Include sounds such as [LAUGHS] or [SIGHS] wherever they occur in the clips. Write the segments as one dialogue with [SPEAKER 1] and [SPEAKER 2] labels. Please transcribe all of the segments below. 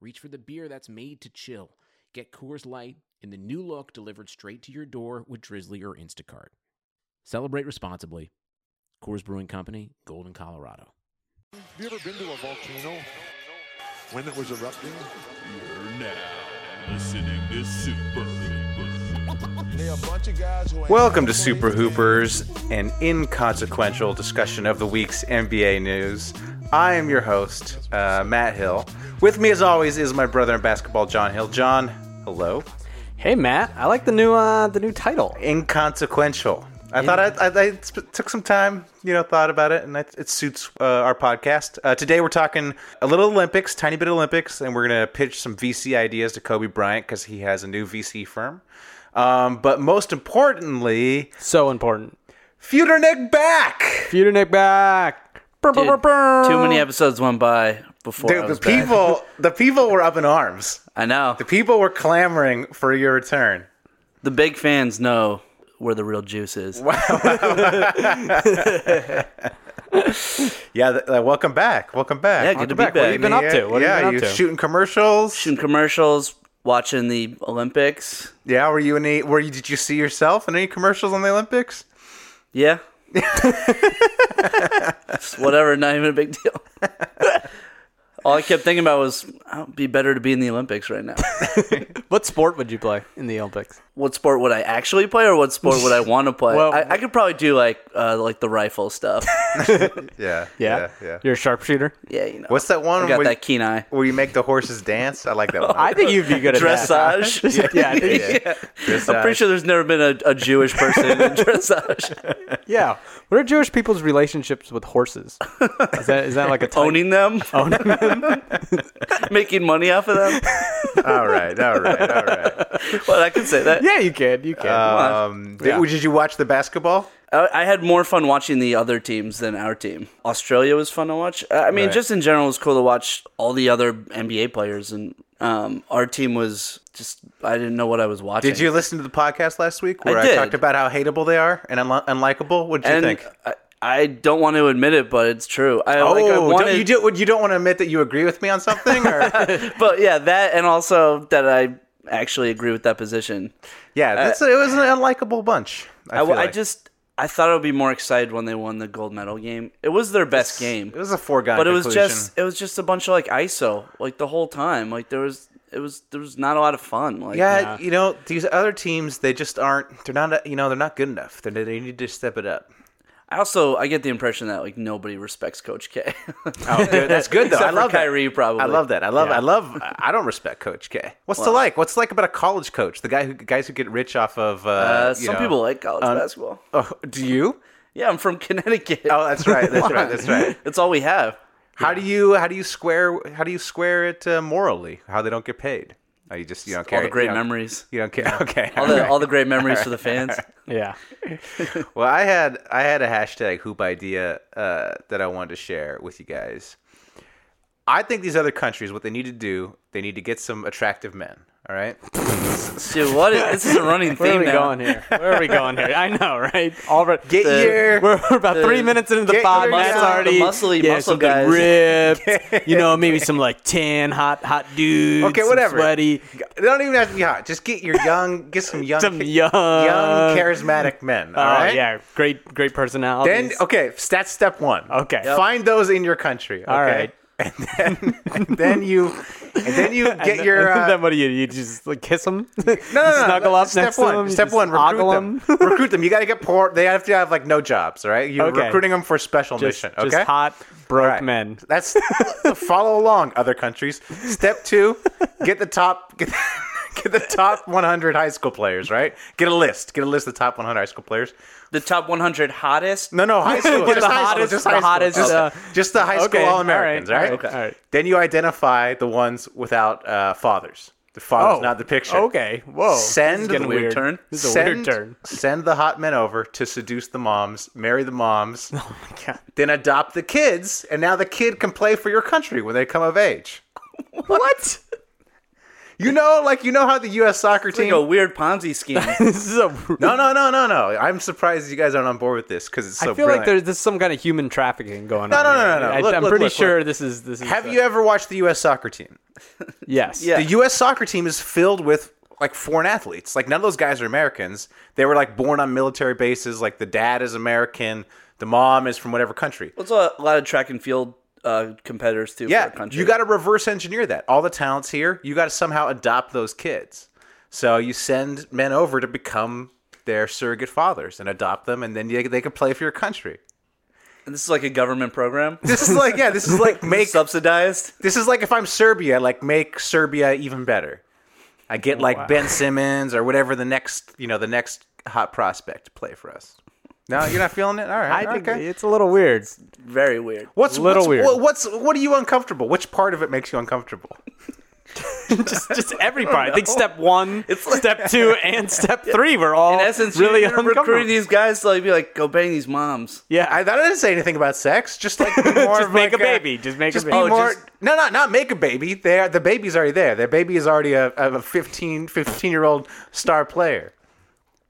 [SPEAKER 1] reach for the beer that's made to chill. Get Coors Light in the new look delivered straight to your door with Drizzly or Instacart. Celebrate responsibly. Coors Brewing Company, Golden, Colorado.
[SPEAKER 2] Have you ever been to a volcano when it was erupting?
[SPEAKER 3] You're now listening to Super Hoopers.
[SPEAKER 2] They're a bunch of guys who ain't
[SPEAKER 4] Welcome to Super Hoopers, an inconsequential discussion of the week's NBA news. I am your host, uh, Matt Hill. With me, as always, is my brother in basketball, John Hill. John, hello.
[SPEAKER 5] Hey Matt, I like the new uh, the new title.
[SPEAKER 4] Inconsequential. I thought I, I, I sp- took some time, you know, thought about it, and it, it suits uh, our podcast. Uh, today, we're talking a little Olympics, tiny bit of Olympics, and we're going to pitch some VC ideas to Kobe Bryant because he has a new VC firm. Um, but most importantly,
[SPEAKER 5] So important.
[SPEAKER 4] Feudernick back.
[SPEAKER 5] Peter Nick back. Brr, brr, brr,
[SPEAKER 6] Dude,
[SPEAKER 5] brr.
[SPEAKER 6] too many episodes went by before I
[SPEAKER 4] Dude, the
[SPEAKER 6] was back.
[SPEAKER 4] people, the people were up in arms.
[SPEAKER 6] I know
[SPEAKER 4] The people were clamoring for your return.
[SPEAKER 6] the big fans know where the real juice is.
[SPEAKER 4] Yeah, th- uh, welcome back. Welcome back.
[SPEAKER 6] Yeah, good to
[SPEAKER 4] Welcome What
[SPEAKER 6] be back.
[SPEAKER 4] you
[SPEAKER 5] What have you been up to? What have you
[SPEAKER 4] yeah,
[SPEAKER 5] been up
[SPEAKER 4] you
[SPEAKER 5] to?
[SPEAKER 4] shooting commercials.
[SPEAKER 6] Shooting commercials, watching the Olympics.
[SPEAKER 4] Yeah, were you any? Were you? Did you see yourself in any commercials on the Olympics?
[SPEAKER 6] Yeah, Just whatever. Not even a big deal. [LAUGHS] All I kept thinking about was, oh, it'd be better to be in the Olympics right now.
[SPEAKER 5] What sport would you play in the Olympics?
[SPEAKER 6] what sport would I actually play, or what
[SPEAKER 4] [LAUGHS]
[SPEAKER 6] sport would I want to play?
[SPEAKER 5] Well-
[SPEAKER 6] I, I could probably do like uh, like the rifle
[SPEAKER 4] [LAUGHS]
[SPEAKER 6] stuff.
[SPEAKER 4] Yeah,
[SPEAKER 5] You're a sharpshooter.
[SPEAKER 6] Yeah, you know.
[SPEAKER 4] What's that one?
[SPEAKER 6] I got
[SPEAKER 4] where,
[SPEAKER 6] that keen eye.
[SPEAKER 4] where you make the horses dance? I like that one.
[SPEAKER 5] I think you'd be good at that.
[SPEAKER 6] [LAUGHS]
[SPEAKER 4] [LAUGHS]
[SPEAKER 5] [LAUGHS]
[SPEAKER 6] Dressage.
[SPEAKER 5] yeah, I think, yeah.
[SPEAKER 6] [LAUGHS]
[SPEAKER 4] uh,
[SPEAKER 6] I'm pretty sure there's never been a, a Jewish person in
[SPEAKER 4] [LAUGHS]
[SPEAKER 6] dressage
[SPEAKER 5] What are Jewish people's relationships with horses? Is that is that like a
[SPEAKER 6] [LAUGHS]
[SPEAKER 5] type?
[SPEAKER 6] owning them, owning them, [LAUGHS] making money off of them.
[SPEAKER 4] all right, all right, all right.
[SPEAKER 6] Well, I could say that.
[SPEAKER 5] Yeah, you can. You can.
[SPEAKER 4] Um, did, did you watch the basketball?
[SPEAKER 6] I, I had more fun watching the other teams than our team. Australia was fun to watch. I I mean,
[SPEAKER 4] Right.
[SPEAKER 6] just in general, it was cool to watch all the other NBA players, and um, our team was just I didn't know what I was watching.
[SPEAKER 4] Did you listen to the podcast last week where I,
[SPEAKER 6] did.
[SPEAKER 4] talked about how hateable they are and unli unlikable? What did you
[SPEAKER 6] And
[SPEAKER 4] think?
[SPEAKER 6] I, I don't want to admit it, but it's true. I,
[SPEAKER 4] Oh,
[SPEAKER 6] like, I wanted,
[SPEAKER 4] don't, you do, what, you don't want to admit that you agree with me on something? [LAUGHS] Or,
[SPEAKER 6] [LAUGHS] But yeah, that and also that I actually agree with that position.
[SPEAKER 4] yeah, that's, it was an unlikable bunch. Uh, I,
[SPEAKER 6] I,
[SPEAKER 4] feel
[SPEAKER 6] w- I
[SPEAKER 4] like.
[SPEAKER 6] just I thought I would be more excited when they won the gold medal game. It was their best game.
[SPEAKER 4] it was a foregone
[SPEAKER 6] but it was
[SPEAKER 4] conclusion.
[SPEAKER 6] just it was just a bunch of like ISO like the whole time. Like there was it was there was not a lot of fun. Like
[SPEAKER 4] yeah, you know these other teams they just aren't. They're not you know they're not good enough. They're, they need to step it up.
[SPEAKER 6] I also I get the impression that like nobody respects Coach K. [LAUGHS] Uh,
[SPEAKER 4] Oh, dude, [LAUGHS] that's good though.
[SPEAKER 6] Except
[SPEAKER 4] I love
[SPEAKER 6] for
[SPEAKER 4] that.
[SPEAKER 6] Kyrie probably.
[SPEAKER 4] I love that. I love. I [LAUGHS] love. I don't respect Coach K. What's to like? What's to like about a college coach? The guy who guys who get rich off of uh,
[SPEAKER 6] Uh,
[SPEAKER 4] you
[SPEAKER 6] some
[SPEAKER 4] know-
[SPEAKER 6] people like college basketball.
[SPEAKER 4] Oh, [LAUGHS] do you?
[SPEAKER 6] Yeah, I'm from Connecticut.
[SPEAKER 4] Oh, that's right. [LAUGHS] That's right.
[SPEAKER 6] [LAUGHS]
[SPEAKER 4] That's right.
[SPEAKER 6] That's all we have.
[SPEAKER 4] How do you how do you square how do you square it uh, morally? How they don't get paid? Oh, you just you don't care.
[SPEAKER 6] all the great
[SPEAKER 4] you don't-
[SPEAKER 6] memories.
[SPEAKER 4] You don't care. Okay.
[SPEAKER 6] All
[SPEAKER 4] all
[SPEAKER 5] [LAUGHS]
[SPEAKER 6] the
[SPEAKER 4] right.
[SPEAKER 6] all the great
[SPEAKER 4] [LAUGHS]
[SPEAKER 6] memories for the fans.
[SPEAKER 5] yeah.
[SPEAKER 4] Well, I had I had a hashtag hoop idea uh, that I wanted to share with you guys. I think these other countries, what they need to do, they need to get some attractive men. All right.
[SPEAKER 6] Dude, what is, this is
[SPEAKER 4] [LAUGHS]
[SPEAKER 6] a running
[SPEAKER 5] Where are
[SPEAKER 6] theme
[SPEAKER 5] we
[SPEAKER 6] now.
[SPEAKER 5] going here? Where are we going here? I know, right? All [LAUGHS] right.
[SPEAKER 4] Get
[SPEAKER 5] The-
[SPEAKER 4] your-
[SPEAKER 5] [LAUGHS] We're, we're about three
[SPEAKER 6] the-
[SPEAKER 5] minutes into the
[SPEAKER 4] get
[SPEAKER 5] pod.
[SPEAKER 4] your
[SPEAKER 5] Matt's
[SPEAKER 4] muscle-
[SPEAKER 5] already
[SPEAKER 6] the muscly
[SPEAKER 5] yeah,
[SPEAKER 6] muscle
[SPEAKER 5] some good
[SPEAKER 4] [LAUGHS]
[SPEAKER 5] ripped. you know, maybe some like tan, hot, hot dudes.
[SPEAKER 4] Okay,
[SPEAKER 5] some
[SPEAKER 4] whatever.
[SPEAKER 5] Sweaty.
[SPEAKER 4] They don't even have to be hot. Just get your young, get some young,
[SPEAKER 5] Some
[SPEAKER 4] young
[SPEAKER 5] young-
[SPEAKER 4] charismatic men. All
[SPEAKER 5] [LAUGHS] Oh
[SPEAKER 4] right.
[SPEAKER 5] yeah, great, great personality.
[SPEAKER 4] Then
[SPEAKER 5] [LAUGHS]
[SPEAKER 4] okay, that's step one.
[SPEAKER 5] Okay. Yep.
[SPEAKER 4] Find those in your country. Okay.
[SPEAKER 5] All right.
[SPEAKER 4] [LAUGHS] And then, and then you, and then
[SPEAKER 5] [LAUGHS]
[SPEAKER 4] you get your. Uh,
[SPEAKER 5] then what do you? You just like kiss them? [LAUGHS] No,
[SPEAKER 4] No, no, no.
[SPEAKER 5] Snuggle up
[SPEAKER 4] step
[SPEAKER 5] next
[SPEAKER 4] one.
[SPEAKER 5] to them. you
[SPEAKER 4] Step
[SPEAKER 5] just
[SPEAKER 4] one.
[SPEAKER 5] ogle
[SPEAKER 4] Recruit them. [LAUGHS] recruit them. You got to get poor. They have to have like no jobs, all right? You're
[SPEAKER 5] Okay.
[SPEAKER 4] recruiting them for a special
[SPEAKER 5] [LAUGHS] Just,
[SPEAKER 4] mission.
[SPEAKER 5] just
[SPEAKER 4] Okay.
[SPEAKER 5] hot broke
[SPEAKER 4] All right.
[SPEAKER 5] men.
[SPEAKER 4] That's follow along other countries. Step two. Get the top. [LAUGHS] Get, get the top 100 high school players, right? Get a list. Get a list of the top 100 high school players.
[SPEAKER 6] The top 100 hottest.
[SPEAKER 4] No, no,
[SPEAKER 5] [LAUGHS]
[SPEAKER 4] high school.
[SPEAKER 5] Get
[SPEAKER 4] just
[SPEAKER 5] the
[SPEAKER 4] high
[SPEAKER 5] hottest-
[SPEAKER 4] school, just
[SPEAKER 5] the
[SPEAKER 4] high school.
[SPEAKER 5] hottest,
[SPEAKER 4] Just,
[SPEAKER 5] uh,
[SPEAKER 4] just the high school
[SPEAKER 5] okay,
[SPEAKER 4] All Americans,
[SPEAKER 5] all
[SPEAKER 4] right?
[SPEAKER 5] right, okay, all right.
[SPEAKER 4] Then you identify the ones without uh, fathers. The father's
[SPEAKER 5] Oh,
[SPEAKER 4] not the picture.
[SPEAKER 5] Okay. Whoa.
[SPEAKER 4] Send
[SPEAKER 5] this is
[SPEAKER 4] the
[SPEAKER 5] getting
[SPEAKER 6] weird
[SPEAKER 5] weird.
[SPEAKER 6] turn.
[SPEAKER 5] This is a
[SPEAKER 4] Send,
[SPEAKER 5] weird turn.
[SPEAKER 4] send the hot men over to seduce the moms, marry the
[SPEAKER 5] [LAUGHS]
[SPEAKER 4] moms,
[SPEAKER 5] Oh my god.
[SPEAKER 4] then adopt the kids, and now the kid can play for your country when they come of age.
[SPEAKER 5] What?
[SPEAKER 4] You know, like you know how the U.S. soccer
[SPEAKER 6] It's like
[SPEAKER 4] team.
[SPEAKER 6] a weird
[SPEAKER 4] [LAUGHS]
[SPEAKER 6] Ponzi scheme.
[SPEAKER 5] [LAUGHS] this is a.
[SPEAKER 4] no, no, no, no, no. I'm surprised you guys aren't on board with this because it's
[SPEAKER 5] I
[SPEAKER 4] so.
[SPEAKER 5] feel
[SPEAKER 4] brilliant.
[SPEAKER 5] like there's this is some kind of human trafficking going
[SPEAKER 4] No,
[SPEAKER 5] on.
[SPEAKER 4] no,
[SPEAKER 5] here.
[SPEAKER 4] no, no, no.
[SPEAKER 5] I,
[SPEAKER 4] Look,
[SPEAKER 5] I'm
[SPEAKER 4] look,
[SPEAKER 5] pretty
[SPEAKER 4] look,
[SPEAKER 5] sure
[SPEAKER 4] look.
[SPEAKER 5] this is this is.
[SPEAKER 4] Have
[SPEAKER 5] uh,
[SPEAKER 4] you ever watched the U.S. soccer team?
[SPEAKER 5] Yes.
[SPEAKER 6] Yeah.
[SPEAKER 4] The U.S. soccer team is filled with like foreign athletes. Like none of those guys are Americans. They were like born on military bases. Like the dad is American. The mom is from whatever country.
[SPEAKER 6] It's a lot of track and field uh, competitors too.
[SPEAKER 4] Yeah,
[SPEAKER 6] for our country.
[SPEAKER 4] you got to reverse engineer that. All the talents here, you got to somehow adopt those kids. So you send men over to become their surrogate fathers and adopt them, and then they, they can play for your country.
[SPEAKER 6] And this is like a government program,
[SPEAKER 4] This is like, yeah, this is
[SPEAKER 6] [LAUGHS]
[SPEAKER 4] like make.
[SPEAKER 6] subsidized.
[SPEAKER 4] This is like if I'm Serbia, like make Serbia even better. I get
[SPEAKER 5] Oh,
[SPEAKER 4] like
[SPEAKER 5] [LAUGHS]
[SPEAKER 4] Ben Simmons or whatever the next, you know, the next hot prospect to play for us. No, you're not feeling it. All right,
[SPEAKER 5] I think
[SPEAKER 4] okay.
[SPEAKER 5] it's a little
[SPEAKER 4] [LAUGHS]
[SPEAKER 5] weird.
[SPEAKER 6] Very weird.
[SPEAKER 4] What's
[SPEAKER 5] little
[SPEAKER 4] what's,
[SPEAKER 5] weird.
[SPEAKER 4] what- What's what are you uncomfortable? Which part of it makes you uncomfortable?
[SPEAKER 5] just just every part. I think
[SPEAKER 4] [LAUGHS]
[SPEAKER 5] step one,
[SPEAKER 6] It's like-
[SPEAKER 5] step two, and step three were all
[SPEAKER 6] In essence,
[SPEAKER 5] really
[SPEAKER 6] really you're recruiting
[SPEAKER 5] uncomfortable.
[SPEAKER 6] these guys to like be like, go bang these moms.
[SPEAKER 5] Yeah,
[SPEAKER 4] I, I didn't say anything about sex. Just like be more
[SPEAKER 5] [LAUGHS] Just
[SPEAKER 4] of
[SPEAKER 5] make
[SPEAKER 4] like
[SPEAKER 5] a baby. Just make a
[SPEAKER 4] just be
[SPEAKER 5] baby. Oh,
[SPEAKER 4] more.
[SPEAKER 6] just-
[SPEAKER 4] No, no, not make a baby. They are, the baby's already there. Their baby is already a, a 15, 15 year old star player.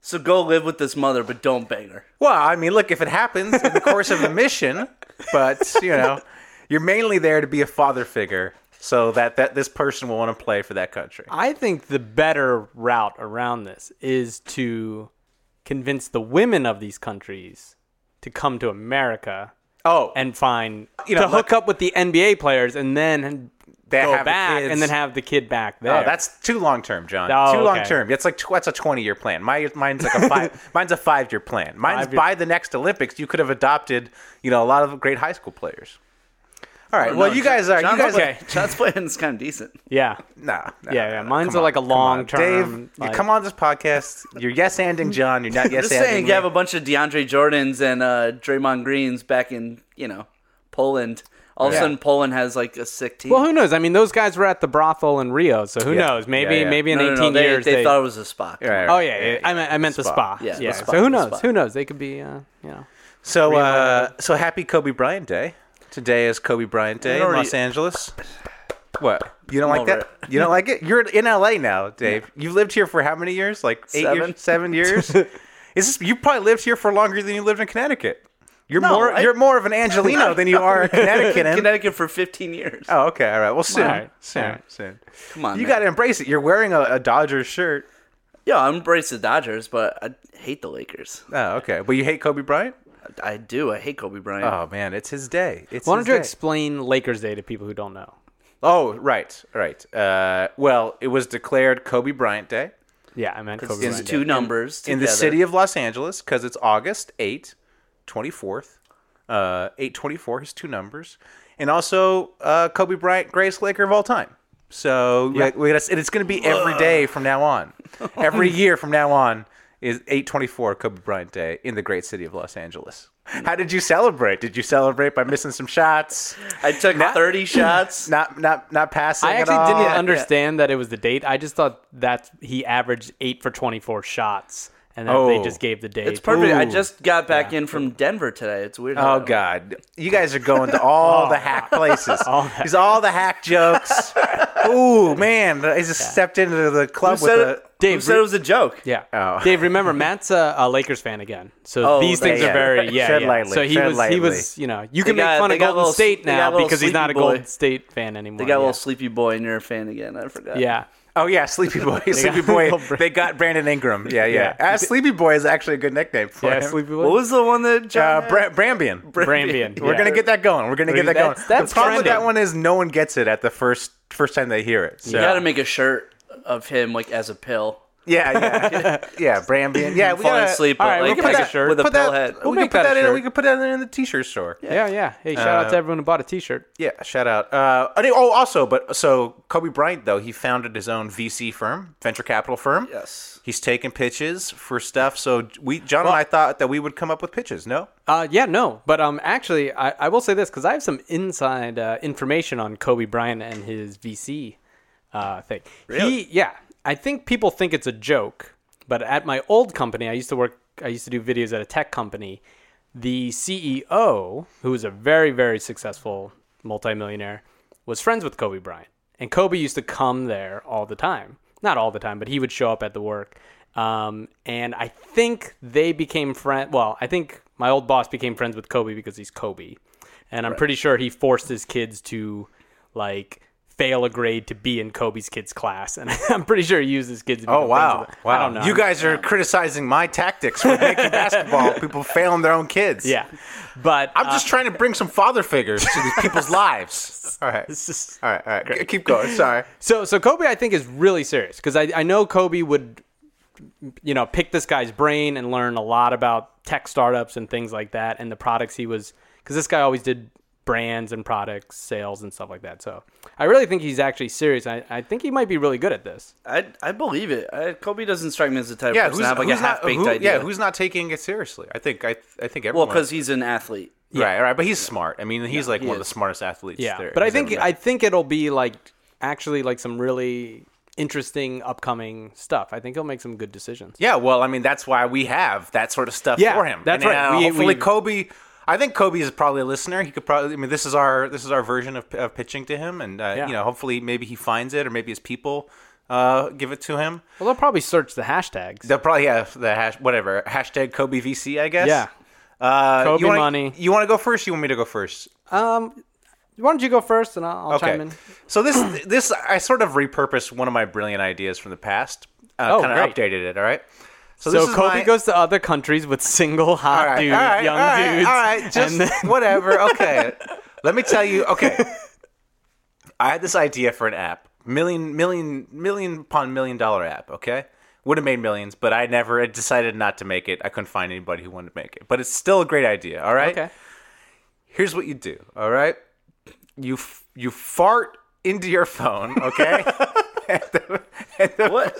[SPEAKER 6] So go live with this mother, but don't bang her.
[SPEAKER 4] Well, I mean, look, if it happens in the course
[SPEAKER 5] [LAUGHS]
[SPEAKER 4] of the mission, but you know, you're mainly there to be a father figure, so that that this person will want to play for that country.
[SPEAKER 5] I think the better route around this is to convince the women of these countries to come to America
[SPEAKER 4] Oh,
[SPEAKER 5] and find
[SPEAKER 4] You know,
[SPEAKER 5] to hook
[SPEAKER 4] look-
[SPEAKER 5] up with the NBA players and then
[SPEAKER 4] they
[SPEAKER 5] go
[SPEAKER 4] have the
[SPEAKER 5] back
[SPEAKER 4] kids.
[SPEAKER 5] and then have the kid back there.
[SPEAKER 4] Oh, that's too long term, John.
[SPEAKER 5] Oh,
[SPEAKER 4] too long
[SPEAKER 5] okay.
[SPEAKER 4] term. That's like tw- that's a twenty year plan. My mine's
[SPEAKER 5] [LAUGHS]
[SPEAKER 4] like a five. mine's a five year plan. Mine's
[SPEAKER 5] Five-year-
[SPEAKER 4] by the next Olympics. You could have adopted, you know, a lot of great high school players. All right. well,
[SPEAKER 6] Oh, No,
[SPEAKER 4] you
[SPEAKER 6] John-
[SPEAKER 4] guys are.
[SPEAKER 6] John's
[SPEAKER 4] You guys
[SPEAKER 6] play-
[SPEAKER 4] okay.
[SPEAKER 5] okay.
[SPEAKER 6] John's playing [LAUGHS] is kind of decent.
[SPEAKER 5] yeah.
[SPEAKER 4] Nah, nah,
[SPEAKER 5] Yeah, yeah,
[SPEAKER 4] nah, nah.
[SPEAKER 5] mine's
[SPEAKER 4] Come
[SPEAKER 5] like a
[SPEAKER 4] on, come on.
[SPEAKER 5] long-term,
[SPEAKER 4] Dave,
[SPEAKER 5] like-
[SPEAKER 4] you come on this podcast. You're yes anding John. You're
[SPEAKER 5] [LAUGHS]
[SPEAKER 4] not yes
[SPEAKER 6] Just saying,
[SPEAKER 4] anding.
[SPEAKER 6] you have a bunch of DeAndre Jordans and uh, Draymond Greens back in you know Poland. All of a
[SPEAKER 4] Yeah.
[SPEAKER 6] sudden, Poland has like a sick team.
[SPEAKER 5] Well, who knows? I mean, those guys were at the brothel in Rio, so who
[SPEAKER 4] Yeah.
[SPEAKER 5] knows? Maybe,
[SPEAKER 4] Yeah, yeah.
[SPEAKER 5] maybe in
[SPEAKER 6] no, no,
[SPEAKER 5] 18
[SPEAKER 6] no, they,
[SPEAKER 5] years
[SPEAKER 6] they, thought it was a spot.
[SPEAKER 5] Oh yeah, yeah, I meant, I meant the spa.
[SPEAKER 6] Yeah, the spa,
[SPEAKER 5] So who
[SPEAKER 6] the
[SPEAKER 5] knows?
[SPEAKER 6] spa.
[SPEAKER 5] Who knows? They could be, uh, you know.
[SPEAKER 4] So, uh, so happy Kobe Bryant Day. Today is Kobe Bryant Day in
[SPEAKER 6] already-
[SPEAKER 4] Los Angeles. What? You don't like
[SPEAKER 6] over
[SPEAKER 4] that? You don't like it? You're in LA now,
[SPEAKER 5] [LAUGHS]
[SPEAKER 4] Dave. You've lived here for how many years? Like eight
[SPEAKER 6] Seven.
[SPEAKER 4] years? Seven years? is this, you probably lived here for longer than you lived in Connecticut. You're more
[SPEAKER 6] I-
[SPEAKER 4] you're more of an
[SPEAKER 5] [LAUGHS]
[SPEAKER 4] Angelino than you are a
[SPEAKER 6] [LAUGHS]
[SPEAKER 4] Connecticutan.
[SPEAKER 6] Connecticut for 15 years.
[SPEAKER 4] oh, okay, all right. Well, soon,
[SPEAKER 5] All right,
[SPEAKER 4] soon,
[SPEAKER 5] all right.
[SPEAKER 4] soon.
[SPEAKER 6] Come on,
[SPEAKER 4] You
[SPEAKER 6] man.
[SPEAKER 4] got to embrace it. You're wearing a, a Dodgers shirt.
[SPEAKER 6] Yeah, I embrace the Dodgers, but I hate the Lakers.
[SPEAKER 4] Oh, okay. But you hate Kobe Bryant?
[SPEAKER 6] I do. I hate Kobe Bryant.
[SPEAKER 4] Oh man, it's his day. It's
[SPEAKER 5] Why
[SPEAKER 4] his
[SPEAKER 5] don't you
[SPEAKER 4] day.
[SPEAKER 5] explain Lakers Day to people who don't know?
[SPEAKER 4] Oh, right, right. Uh, well, it was declared Kobe Bryant Day
[SPEAKER 5] Yeah, I meant Kobe
[SPEAKER 6] it's
[SPEAKER 5] Bryant.
[SPEAKER 6] two numbers
[SPEAKER 4] in the city of Los Angeles because it's August 8, 24th. Uh, 824, his two numbers. And also, uh, Kobe Bryant, greatest Laker of all time. So we- we gotta- and it's going to be every day from now
[SPEAKER 5] [LAUGHS]
[SPEAKER 4] on. Every year from now on is 824 Kobe Bryant Day in the great city of Los Angeles. How did you celebrate? Did you celebrate by missing some shots?
[SPEAKER 6] I
[SPEAKER 4] [CLEARS THROAT]
[SPEAKER 6] took 30 shots.
[SPEAKER 4] Not not not passing.
[SPEAKER 5] I
[SPEAKER 4] at
[SPEAKER 5] actually
[SPEAKER 4] all?
[SPEAKER 5] didn't understand that it was the date. I just thought that he averaged eight for 24 shots, and that they
[SPEAKER 4] Oh.
[SPEAKER 5] just gave the date.
[SPEAKER 6] It's perfect. I
[SPEAKER 4] Ooh.
[SPEAKER 6] just got back in from Denver today. It's weird. how
[SPEAKER 4] Oh
[SPEAKER 6] that
[SPEAKER 4] God! You guys are going to all
[SPEAKER 5] [LAUGHS]
[SPEAKER 4] the hack places. He's all the hack jokes. Ooh man! I just stepped into the club
[SPEAKER 6] works. Who
[SPEAKER 4] with
[SPEAKER 6] said,
[SPEAKER 4] a.
[SPEAKER 6] it,
[SPEAKER 5] Dave,
[SPEAKER 6] who said
[SPEAKER 5] re-
[SPEAKER 6] it was a joke?
[SPEAKER 5] Yeah.
[SPEAKER 4] Oh.
[SPEAKER 5] Dave,
[SPEAKER 6] [LAUGHS]
[SPEAKER 5] remember Matt's a, a Lakers fan again, so
[SPEAKER 6] Oh,
[SPEAKER 5] these things
[SPEAKER 4] yeah,
[SPEAKER 5] are
[SPEAKER 6] [LAUGHS]
[SPEAKER 5] very
[SPEAKER 4] yeah.
[SPEAKER 5] yeah.
[SPEAKER 4] Tread
[SPEAKER 5] yeah.
[SPEAKER 4] lightly,
[SPEAKER 5] So he
[SPEAKER 4] tread
[SPEAKER 5] was
[SPEAKER 4] lightly.
[SPEAKER 5] he was you know you can
[SPEAKER 6] got-
[SPEAKER 5] make fun
[SPEAKER 6] they
[SPEAKER 5] of
[SPEAKER 6] got
[SPEAKER 5] Golden
[SPEAKER 6] little
[SPEAKER 5] State
[SPEAKER 6] sleep- they got
[SPEAKER 5] now
[SPEAKER 6] little
[SPEAKER 5] because he's not a
[SPEAKER 6] sleepy boy.
[SPEAKER 5] Golden State fan anymore.
[SPEAKER 6] They got a
[SPEAKER 5] yeah.
[SPEAKER 6] little sleepy boy, and you're a fan again. I forgot.
[SPEAKER 5] yeah.
[SPEAKER 4] Oh yeah, Sleepy Boy.
[SPEAKER 5] [LAUGHS]
[SPEAKER 4] Sleepy
[SPEAKER 5] got-
[SPEAKER 4] Boy. They got Brandon Ingram. Yeah, yeah.
[SPEAKER 5] Yeah.
[SPEAKER 4] Uh, Sleepy Boy is actually a good nickname for
[SPEAKER 5] Yeah,
[SPEAKER 4] him.
[SPEAKER 5] sleepy boy.
[SPEAKER 6] What was the one that John?
[SPEAKER 4] Uh, Bra- Brambian.
[SPEAKER 5] Brambian?
[SPEAKER 4] We're
[SPEAKER 5] yeah.
[SPEAKER 4] gonna get that going. We're gonna get that
[SPEAKER 5] That's-
[SPEAKER 4] going.
[SPEAKER 5] that's
[SPEAKER 4] the problem with that
[SPEAKER 5] trending.
[SPEAKER 4] one is no one gets it at the first first time they hear it. So.
[SPEAKER 6] you got to make a shirt of him like as a pill.
[SPEAKER 5] [LAUGHS]
[SPEAKER 4] Yeah, yeah, [LAUGHS] yeah. Brambian. Yeah, we
[SPEAKER 6] Falling
[SPEAKER 4] gotta,
[SPEAKER 6] asleep, but
[SPEAKER 4] all right,
[SPEAKER 6] like
[SPEAKER 4] we can
[SPEAKER 5] make
[SPEAKER 4] put
[SPEAKER 5] a
[SPEAKER 4] that-
[SPEAKER 5] shirt.
[SPEAKER 6] with a
[SPEAKER 4] put that-
[SPEAKER 6] pill head.
[SPEAKER 4] We
[SPEAKER 5] We'll
[SPEAKER 4] can
[SPEAKER 5] make
[SPEAKER 4] put
[SPEAKER 5] that a
[SPEAKER 4] that in.
[SPEAKER 5] shirt.
[SPEAKER 4] We can put that in the t-shirt store.
[SPEAKER 5] Yeah, yeah. Hey, shout out
[SPEAKER 6] Uh,
[SPEAKER 5] to everyone who bought a T-shirt.
[SPEAKER 4] Yeah, shout out. Uh, and- oh, also, but so Kobe Bryant though he founded his own VC firm, venture capital firm.
[SPEAKER 6] Yes.
[SPEAKER 4] he's taking pitches for stuff. So we, John and I, thought that we would come up with pitches. No,
[SPEAKER 5] Uh, yeah, no, but um, actually, I, I will say this because I have some inside uh, information on Kobe Bryant and his VC uh, thing. He, yeah, I think people think it's a joke, but at my old company, I used to work, I used to do videos at a tech company. The CEO, who was a very, very successful multimillionaire, was friends with Kobe Bryant, and Kobe used to come there all the time. Not all the time, but he would show up at the work. Um, and I think they became friends. Well, I think my old boss became friends with Kobe because he's Kobe, and I'm pretty sure he forced his kids to like fail a grade to be in Kobe's kids class, and [LAUGHS] I'm pretty sure he used his kids. To become
[SPEAKER 4] Oh
[SPEAKER 5] friends
[SPEAKER 4] wow,
[SPEAKER 5] with them.
[SPEAKER 4] wow!
[SPEAKER 5] I don't know.
[SPEAKER 4] You guys are criticizing my tactics for making basketball people failing their own kids.
[SPEAKER 5] yeah, but uh,
[SPEAKER 4] I'm just trying to bring some father figures to these people's lives. All right, all right, all right. Keep going. Sorry.
[SPEAKER 5] So so Kobe, I think, is really serious because I, I know Kobe would, you know, pick this guy's brain and learn a lot about tech startups and things like that and the products he was because this guy always did brands and products sales and stuff like that. So I really think he's actually serious. I, I think he might be really good at this.
[SPEAKER 6] I I believe it. I, Kobe doesn't strike me as the type
[SPEAKER 4] Yeah,
[SPEAKER 6] of
[SPEAKER 4] who's,
[SPEAKER 6] person to have like
[SPEAKER 4] who's
[SPEAKER 6] a
[SPEAKER 4] not?
[SPEAKER 6] half baked
[SPEAKER 4] who-
[SPEAKER 6] idea.
[SPEAKER 4] Yeah, who's not taking it seriously? I think I, I think
[SPEAKER 6] well,
[SPEAKER 4] everyone.
[SPEAKER 6] because he's an athlete.
[SPEAKER 4] right, right. But he's smart. I mean, he's like
[SPEAKER 6] he
[SPEAKER 4] one of the
[SPEAKER 6] is.
[SPEAKER 4] smartest athletes.
[SPEAKER 5] Yeah,
[SPEAKER 4] there
[SPEAKER 5] but I
[SPEAKER 4] has
[SPEAKER 5] think
[SPEAKER 4] ever been.
[SPEAKER 5] I think it'll be like actually like some really interesting upcoming stuff. I think he'll make some good decisions.
[SPEAKER 4] Yeah, well, I mean, that's why we have that sort of stuff
[SPEAKER 5] Yeah,
[SPEAKER 4] for him.
[SPEAKER 5] that's
[SPEAKER 4] And,
[SPEAKER 5] right.
[SPEAKER 4] uh,
[SPEAKER 5] We-
[SPEAKER 4] hopefully,
[SPEAKER 5] we-
[SPEAKER 4] Kobe. I think Kobe is probably a listener. He could probably. I mean, this is our this is our version of, of pitching to him, and uh,
[SPEAKER 5] Yeah.
[SPEAKER 4] you know, hopefully, maybe he finds it, or maybe his people uh, give it to him.
[SPEAKER 5] Well, they'll probably search the hashtags.
[SPEAKER 4] They'll probably have the hash whatever hashtag Kobe VC, I guess.
[SPEAKER 5] Yeah.
[SPEAKER 4] Uh,
[SPEAKER 5] Kobe
[SPEAKER 4] you wanna,
[SPEAKER 5] money.
[SPEAKER 4] You want to go first? You want me to go first?
[SPEAKER 5] Um, why don't you go first and I'll, I'll
[SPEAKER 4] Okay.
[SPEAKER 5] chime in.
[SPEAKER 4] So this [CLEARS THROAT] this I sort of repurposed one of my brilliant ideas from the past. Uh,
[SPEAKER 5] Oh,
[SPEAKER 4] kind of
[SPEAKER 5] great.
[SPEAKER 4] updated it. All right.
[SPEAKER 5] So
[SPEAKER 4] this is
[SPEAKER 5] Kobe
[SPEAKER 4] my-
[SPEAKER 5] goes to other countries with single hot dudes, young
[SPEAKER 4] all right,
[SPEAKER 5] dudes.
[SPEAKER 4] All right, just
[SPEAKER 5] and then,
[SPEAKER 4] whatever. Okay, let me tell you. Okay, I had this idea for an app, million, million, million upon million dollar app. Okay, would have made millions, but I never I decided not to make it. I couldn't find anybody who wanted to make it, but it's still a great idea. All right.
[SPEAKER 5] [LAUGHS] okay.
[SPEAKER 4] Here's what you do. All right. You f- you fart into your phone.
[SPEAKER 5] [LAUGHS]
[SPEAKER 4] Okay.
[SPEAKER 6] What?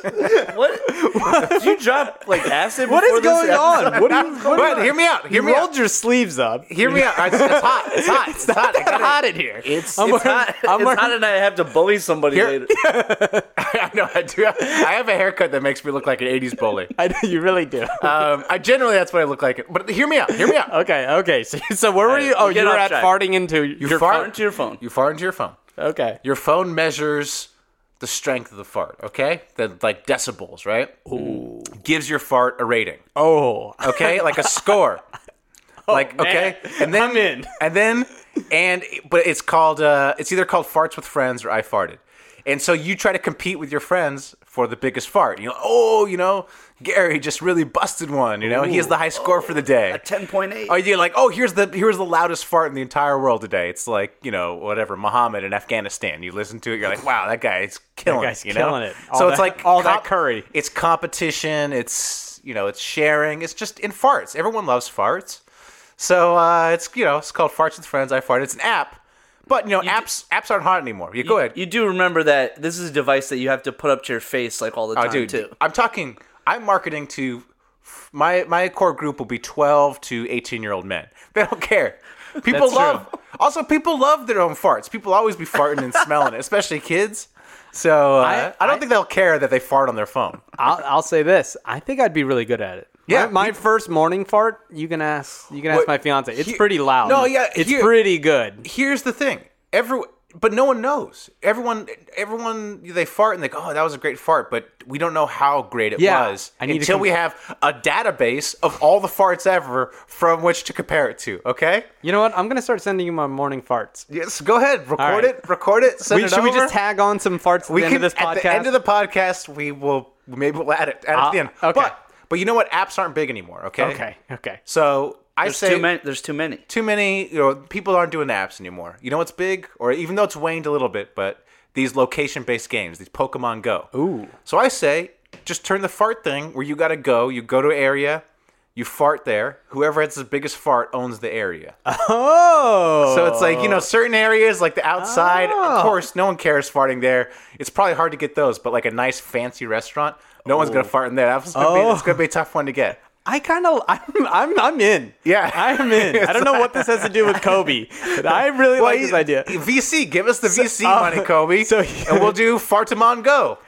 [SPEAKER 6] what? Did you drop like acid?
[SPEAKER 5] What is
[SPEAKER 6] before
[SPEAKER 5] going [LAUGHS]
[SPEAKER 6] this episode? [LAUGHS]
[SPEAKER 5] on? What are you? What
[SPEAKER 4] but hear me out. Hear
[SPEAKER 5] you
[SPEAKER 4] me
[SPEAKER 5] rolled
[SPEAKER 4] out.
[SPEAKER 5] your sleeves up.
[SPEAKER 4] Hear me out. It's, it's hot. It's hot. It's, hot. I gotta-
[SPEAKER 5] hot in here.
[SPEAKER 4] It's,
[SPEAKER 5] I'm
[SPEAKER 4] it's
[SPEAKER 5] wearing-
[SPEAKER 4] hot.
[SPEAKER 5] I'm
[SPEAKER 6] it's
[SPEAKER 5] wearing-
[SPEAKER 6] hot and I have to bully somebody
[SPEAKER 4] Here-
[SPEAKER 6] later.
[SPEAKER 4] [LAUGHS] I know I do. Have, I have a haircut that makes me look like an '80s bully.
[SPEAKER 5] [LAUGHS] I know you really [LAUGHS] do.
[SPEAKER 4] Um, I generally that's what I look like. But hear me out. Hear me out.
[SPEAKER 5] okay, okay. So, so where were you? Oh,
[SPEAKER 6] get
[SPEAKER 5] you were
[SPEAKER 6] off
[SPEAKER 5] at
[SPEAKER 6] track.
[SPEAKER 5] farting into you your
[SPEAKER 4] fart-
[SPEAKER 5] phone.
[SPEAKER 6] Onto your phone.
[SPEAKER 4] You fart into your phone.
[SPEAKER 5] Okay.
[SPEAKER 4] Your phone measures the strength of the fart. Okay, the like decibels, right? Ooh. Gives your fart a rating.
[SPEAKER 5] Oh,
[SPEAKER 4] Okay, like a
[SPEAKER 5] [LAUGHS]
[SPEAKER 4] score. like okay, and then
[SPEAKER 5] I'm in.
[SPEAKER 4] and then and but it's called uh, it's either called farts with friends or I farted. And so you try to compete with your friends for the biggest fart. You know, oh, you know, Gary just really busted one. You know, he has the high score for the day.
[SPEAKER 6] A [LAUGHS] ten point eight.
[SPEAKER 4] Or you're like, oh, here's the here's the loudest fart in the entire world today. It's like you know whatever Muhammad in Afghanistan. You listen to it, you're like, wow, that guy is killing.
[SPEAKER 5] guy's
[SPEAKER 4] it, you know?
[SPEAKER 5] killing it. All
[SPEAKER 4] so it's
[SPEAKER 5] that-
[SPEAKER 4] like
[SPEAKER 5] all that curry.
[SPEAKER 4] It's competition. It's you know it's sharing. It's just in farts. Everyone loves farts. So uh, it's you know it's called Farts with Friends. I fart. It's an app, but you know apps apps aren't hot anymore. You go ahead.
[SPEAKER 6] You do remember that this is a device that you have to put up to your face like all the
[SPEAKER 4] Oh,
[SPEAKER 6] time
[SPEAKER 4] dude,
[SPEAKER 6] too.
[SPEAKER 4] I'm talking. I'm marketing to my my core group will be 12 to 18 year old men. [LAUGHS] They don't care. People
[SPEAKER 5] That's
[SPEAKER 4] love. Also, people love their own farts. People always be farting and
[SPEAKER 5] [LAUGHS]
[SPEAKER 4] smelling it, especially kids. So uh, I,
[SPEAKER 5] I-
[SPEAKER 4] don't think they'll care that they fart on their phone.
[SPEAKER 5] I'll, I'll say this. I think I'd be really good at it.
[SPEAKER 4] Yeah,
[SPEAKER 5] my, my first morning fart. You can ask. You can ask
[SPEAKER 4] What-
[SPEAKER 5] my fiance. It's
[SPEAKER 4] Here-
[SPEAKER 5] pretty loud.
[SPEAKER 4] No, yeah,
[SPEAKER 5] it's
[SPEAKER 4] here-
[SPEAKER 5] pretty good.
[SPEAKER 4] Here's the thing. Every but no one knows. Everyone everyone they fart and they go, "Oh, that was a great fart," but we don't know how great it
[SPEAKER 5] Yeah,
[SPEAKER 4] was
[SPEAKER 5] I need to
[SPEAKER 4] until
[SPEAKER 5] com-
[SPEAKER 4] we have a database of all the farts ever from which to compare it to, okay?
[SPEAKER 5] You know what? I'm gonna start sending you my morning farts.
[SPEAKER 4] Yes, go ahead. Record
[SPEAKER 5] right.
[SPEAKER 4] it. Record it. Send
[SPEAKER 5] We,
[SPEAKER 4] it
[SPEAKER 5] should we
[SPEAKER 4] over.
[SPEAKER 5] just tag on some farts at
[SPEAKER 4] we
[SPEAKER 5] the
[SPEAKER 4] can
[SPEAKER 5] end of this podcast?
[SPEAKER 4] at the end of the podcast. We will maybe we'll add it add it at
[SPEAKER 5] Uh,
[SPEAKER 4] the end.
[SPEAKER 5] okay.
[SPEAKER 4] But but you know what? Apps aren't big anymore. Okay.
[SPEAKER 5] okay, okay.
[SPEAKER 4] So I
[SPEAKER 6] There's
[SPEAKER 4] say
[SPEAKER 6] too many. There's too many.
[SPEAKER 4] too many. You know, people aren't doing apps anymore. You know what's big, or even though it's waned a little bit, but these location based games, these Pokemon Go. Ooh. So I say just turn the fart thing where you gotta go. You go to an area, you fart there. Whoever has the biggest fart owns the area.
[SPEAKER 5] Oh.
[SPEAKER 4] So it's like you know certain areas like the outside.
[SPEAKER 5] Oh.
[SPEAKER 4] Of course, no one cares farting there. It's probably hard to get those, but like a nice fancy restaurant, no one's gonna fart in there. That's gonna, be,
[SPEAKER 5] Oh.
[SPEAKER 4] that's gonna be a tough one to get.
[SPEAKER 5] I kind of I'm, I'm I'm in.
[SPEAKER 4] Yeah.
[SPEAKER 5] I'm in. I don't know what this has to do with Kobe, but I really like this
[SPEAKER 4] you-
[SPEAKER 5] idea.
[SPEAKER 4] VC, give us the VC
[SPEAKER 5] oh,
[SPEAKER 4] money, Kobe,
[SPEAKER 5] so-
[SPEAKER 4] and we'll do Fartamon Go.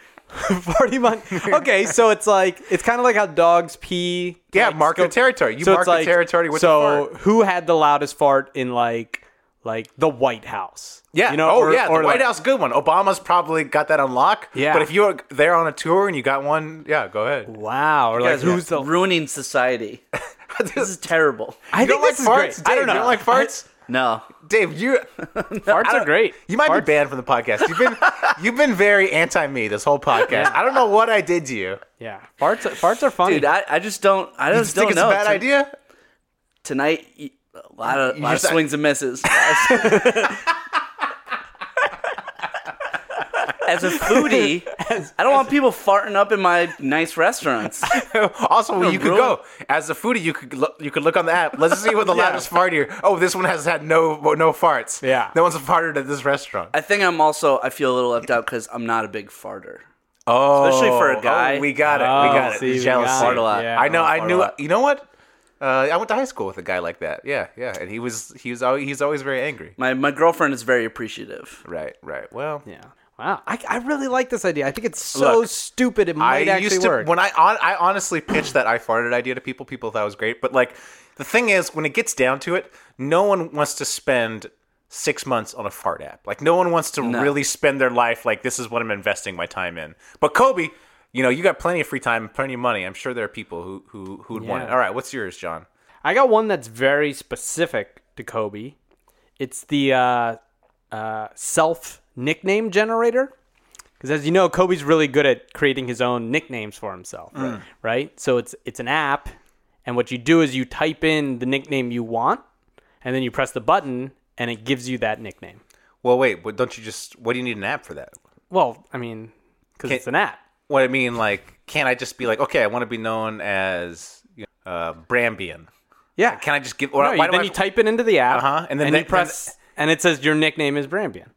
[SPEAKER 4] [LAUGHS]
[SPEAKER 5] Party month. Okay, so it's like it's kind of like how dogs pee.
[SPEAKER 4] Yeah,
[SPEAKER 5] like,
[SPEAKER 4] mark the
[SPEAKER 5] scope-
[SPEAKER 4] territory. You mark
[SPEAKER 5] it's
[SPEAKER 4] the territory with the
[SPEAKER 5] so
[SPEAKER 4] fart.
[SPEAKER 5] who had the loudest fart in like like the White House?
[SPEAKER 4] Yeah.
[SPEAKER 5] you know,
[SPEAKER 4] oh,
[SPEAKER 5] or,
[SPEAKER 4] yeah.
[SPEAKER 5] or
[SPEAKER 4] the White
[SPEAKER 5] like-
[SPEAKER 4] House, good one. Obama's probably got that on lock.
[SPEAKER 5] Yeah.
[SPEAKER 4] But if you're there on a tour and you got one, yeah, go ahead.
[SPEAKER 5] Wow, or like
[SPEAKER 6] Guys,
[SPEAKER 5] who's the?
[SPEAKER 6] ruining society? this is terrible.
[SPEAKER 5] I
[SPEAKER 4] you don't like
[SPEAKER 5] think this
[SPEAKER 4] farts?
[SPEAKER 5] is
[SPEAKER 4] Dave,
[SPEAKER 5] great. I don't know.
[SPEAKER 4] You don't like farts?
[SPEAKER 6] No,
[SPEAKER 4] Dave, you
[SPEAKER 5] [LAUGHS] farts are great.
[SPEAKER 4] you might
[SPEAKER 5] Farts-
[SPEAKER 4] be banned from the podcast. You've been you've been very anti me this whole podcast. I don't know what I did to you.
[SPEAKER 5] Yeah, farts. Are, farts are funny.
[SPEAKER 6] dude, I, I just don't. I
[SPEAKER 4] You
[SPEAKER 6] just,
[SPEAKER 4] just
[SPEAKER 6] don't
[SPEAKER 4] think it's
[SPEAKER 6] know.
[SPEAKER 4] a bad
[SPEAKER 6] To-
[SPEAKER 4] idea?
[SPEAKER 6] Tonight, y- a lot of, lot of
[SPEAKER 4] just-
[SPEAKER 6] swings and misses.
[SPEAKER 4] [LAUGHS]
[SPEAKER 6] As a foodie, I don't want people farting up in my nice restaurants.
[SPEAKER 4] [LAUGHS] Also, you could
[SPEAKER 6] ruin-
[SPEAKER 4] go as a foodie. You could look, you could look on the app. Let's see what the loudest fart here. Oh, this one has had no no farts.
[SPEAKER 5] Yeah.
[SPEAKER 4] no one's farted at this restaurant.
[SPEAKER 6] I think I'm also I feel a little left out because I'm not a big farter.
[SPEAKER 4] Oh,
[SPEAKER 6] Especially for a guy.
[SPEAKER 4] Oh, we got it.
[SPEAKER 5] Oh,
[SPEAKER 4] we got it.
[SPEAKER 5] see,
[SPEAKER 4] The
[SPEAKER 5] we
[SPEAKER 4] jealousy.
[SPEAKER 5] got it.
[SPEAKER 6] Fart a lot.
[SPEAKER 5] Yeah.
[SPEAKER 4] I know. I
[SPEAKER 6] Fart a
[SPEAKER 4] knew.
[SPEAKER 6] lot.
[SPEAKER 4] You know what? Uh, I went to high school with a guy like that. Yeah, yeah, and he was he was always, he's always very angry.
[SPEAKER 6] My my girlfriend is very appreciative.
[SPEAKER 4] Right, right. Well,
[SPEAKER 5] Yeah. Wow, I, I really like this idea. I think it's so
[SPEAKER 4] Look,
[SPEAKER 5] stupid. It
[SPEAKER 4] I
[SPEAKER 5] might actually
[SPEAKER 4] used to
[SPEAKER 5] work.
[SPEAKER 4] when I on, I honestly pitched that I farted idea to people. People thought it was great, but like the thing is, when it gets down to it, no one wants to spend six months on a fart app. Like no one wants to really spend their life like this is what I'm investing my time in. But Kobe, you know, you got plenty of free time, and plenty of money. I'm sure there are people who who who would want it.
[SPEAKER 5] Yeah.
[SPEAKER 4] All right, what's yours, John?
[SPEAKER 5] I got one that's very specific to Kobe. It's the uh, uh, self nickname generator. Because as you know, Kobe's really good at creating his own nicknames for himself,
[SPEAKER 4] Mm.
[SPEAKER 5] right? So it's it's an app, and what you do is you type in the nickname you want, and then you press the button, and it gives you that nickname.
[SPEAKER 4] Well, wait, but don't you just what do you need an app for that?
[SPEAKER 5] Well, I mean, because
[SPEAKER 4] Can-
[SPEAKER 5] it's an app.
[SPEAKER 4] What I mean, like, can't I just be like, okay, I want to be known as you know, uh, Brambian?
[SPEAKER 5] Yeah.
[SPEAKER 4] Can I just give? Or
[SPEAKER 5] No,
[SPEAKER 4] why do
[SPEAKER 5] you, then
[SPEAKER 4] I,
[SPEAKER 5] you type it into the app,
[SPEAKER 4] Uh-huh, and
[SPEAKER 5] and
[SPEAKER 4] then
[SPEAKER 5] then
[SPEAKER 4] they-
[SPEAKER 5] you press, and it says your nickname is Brambian.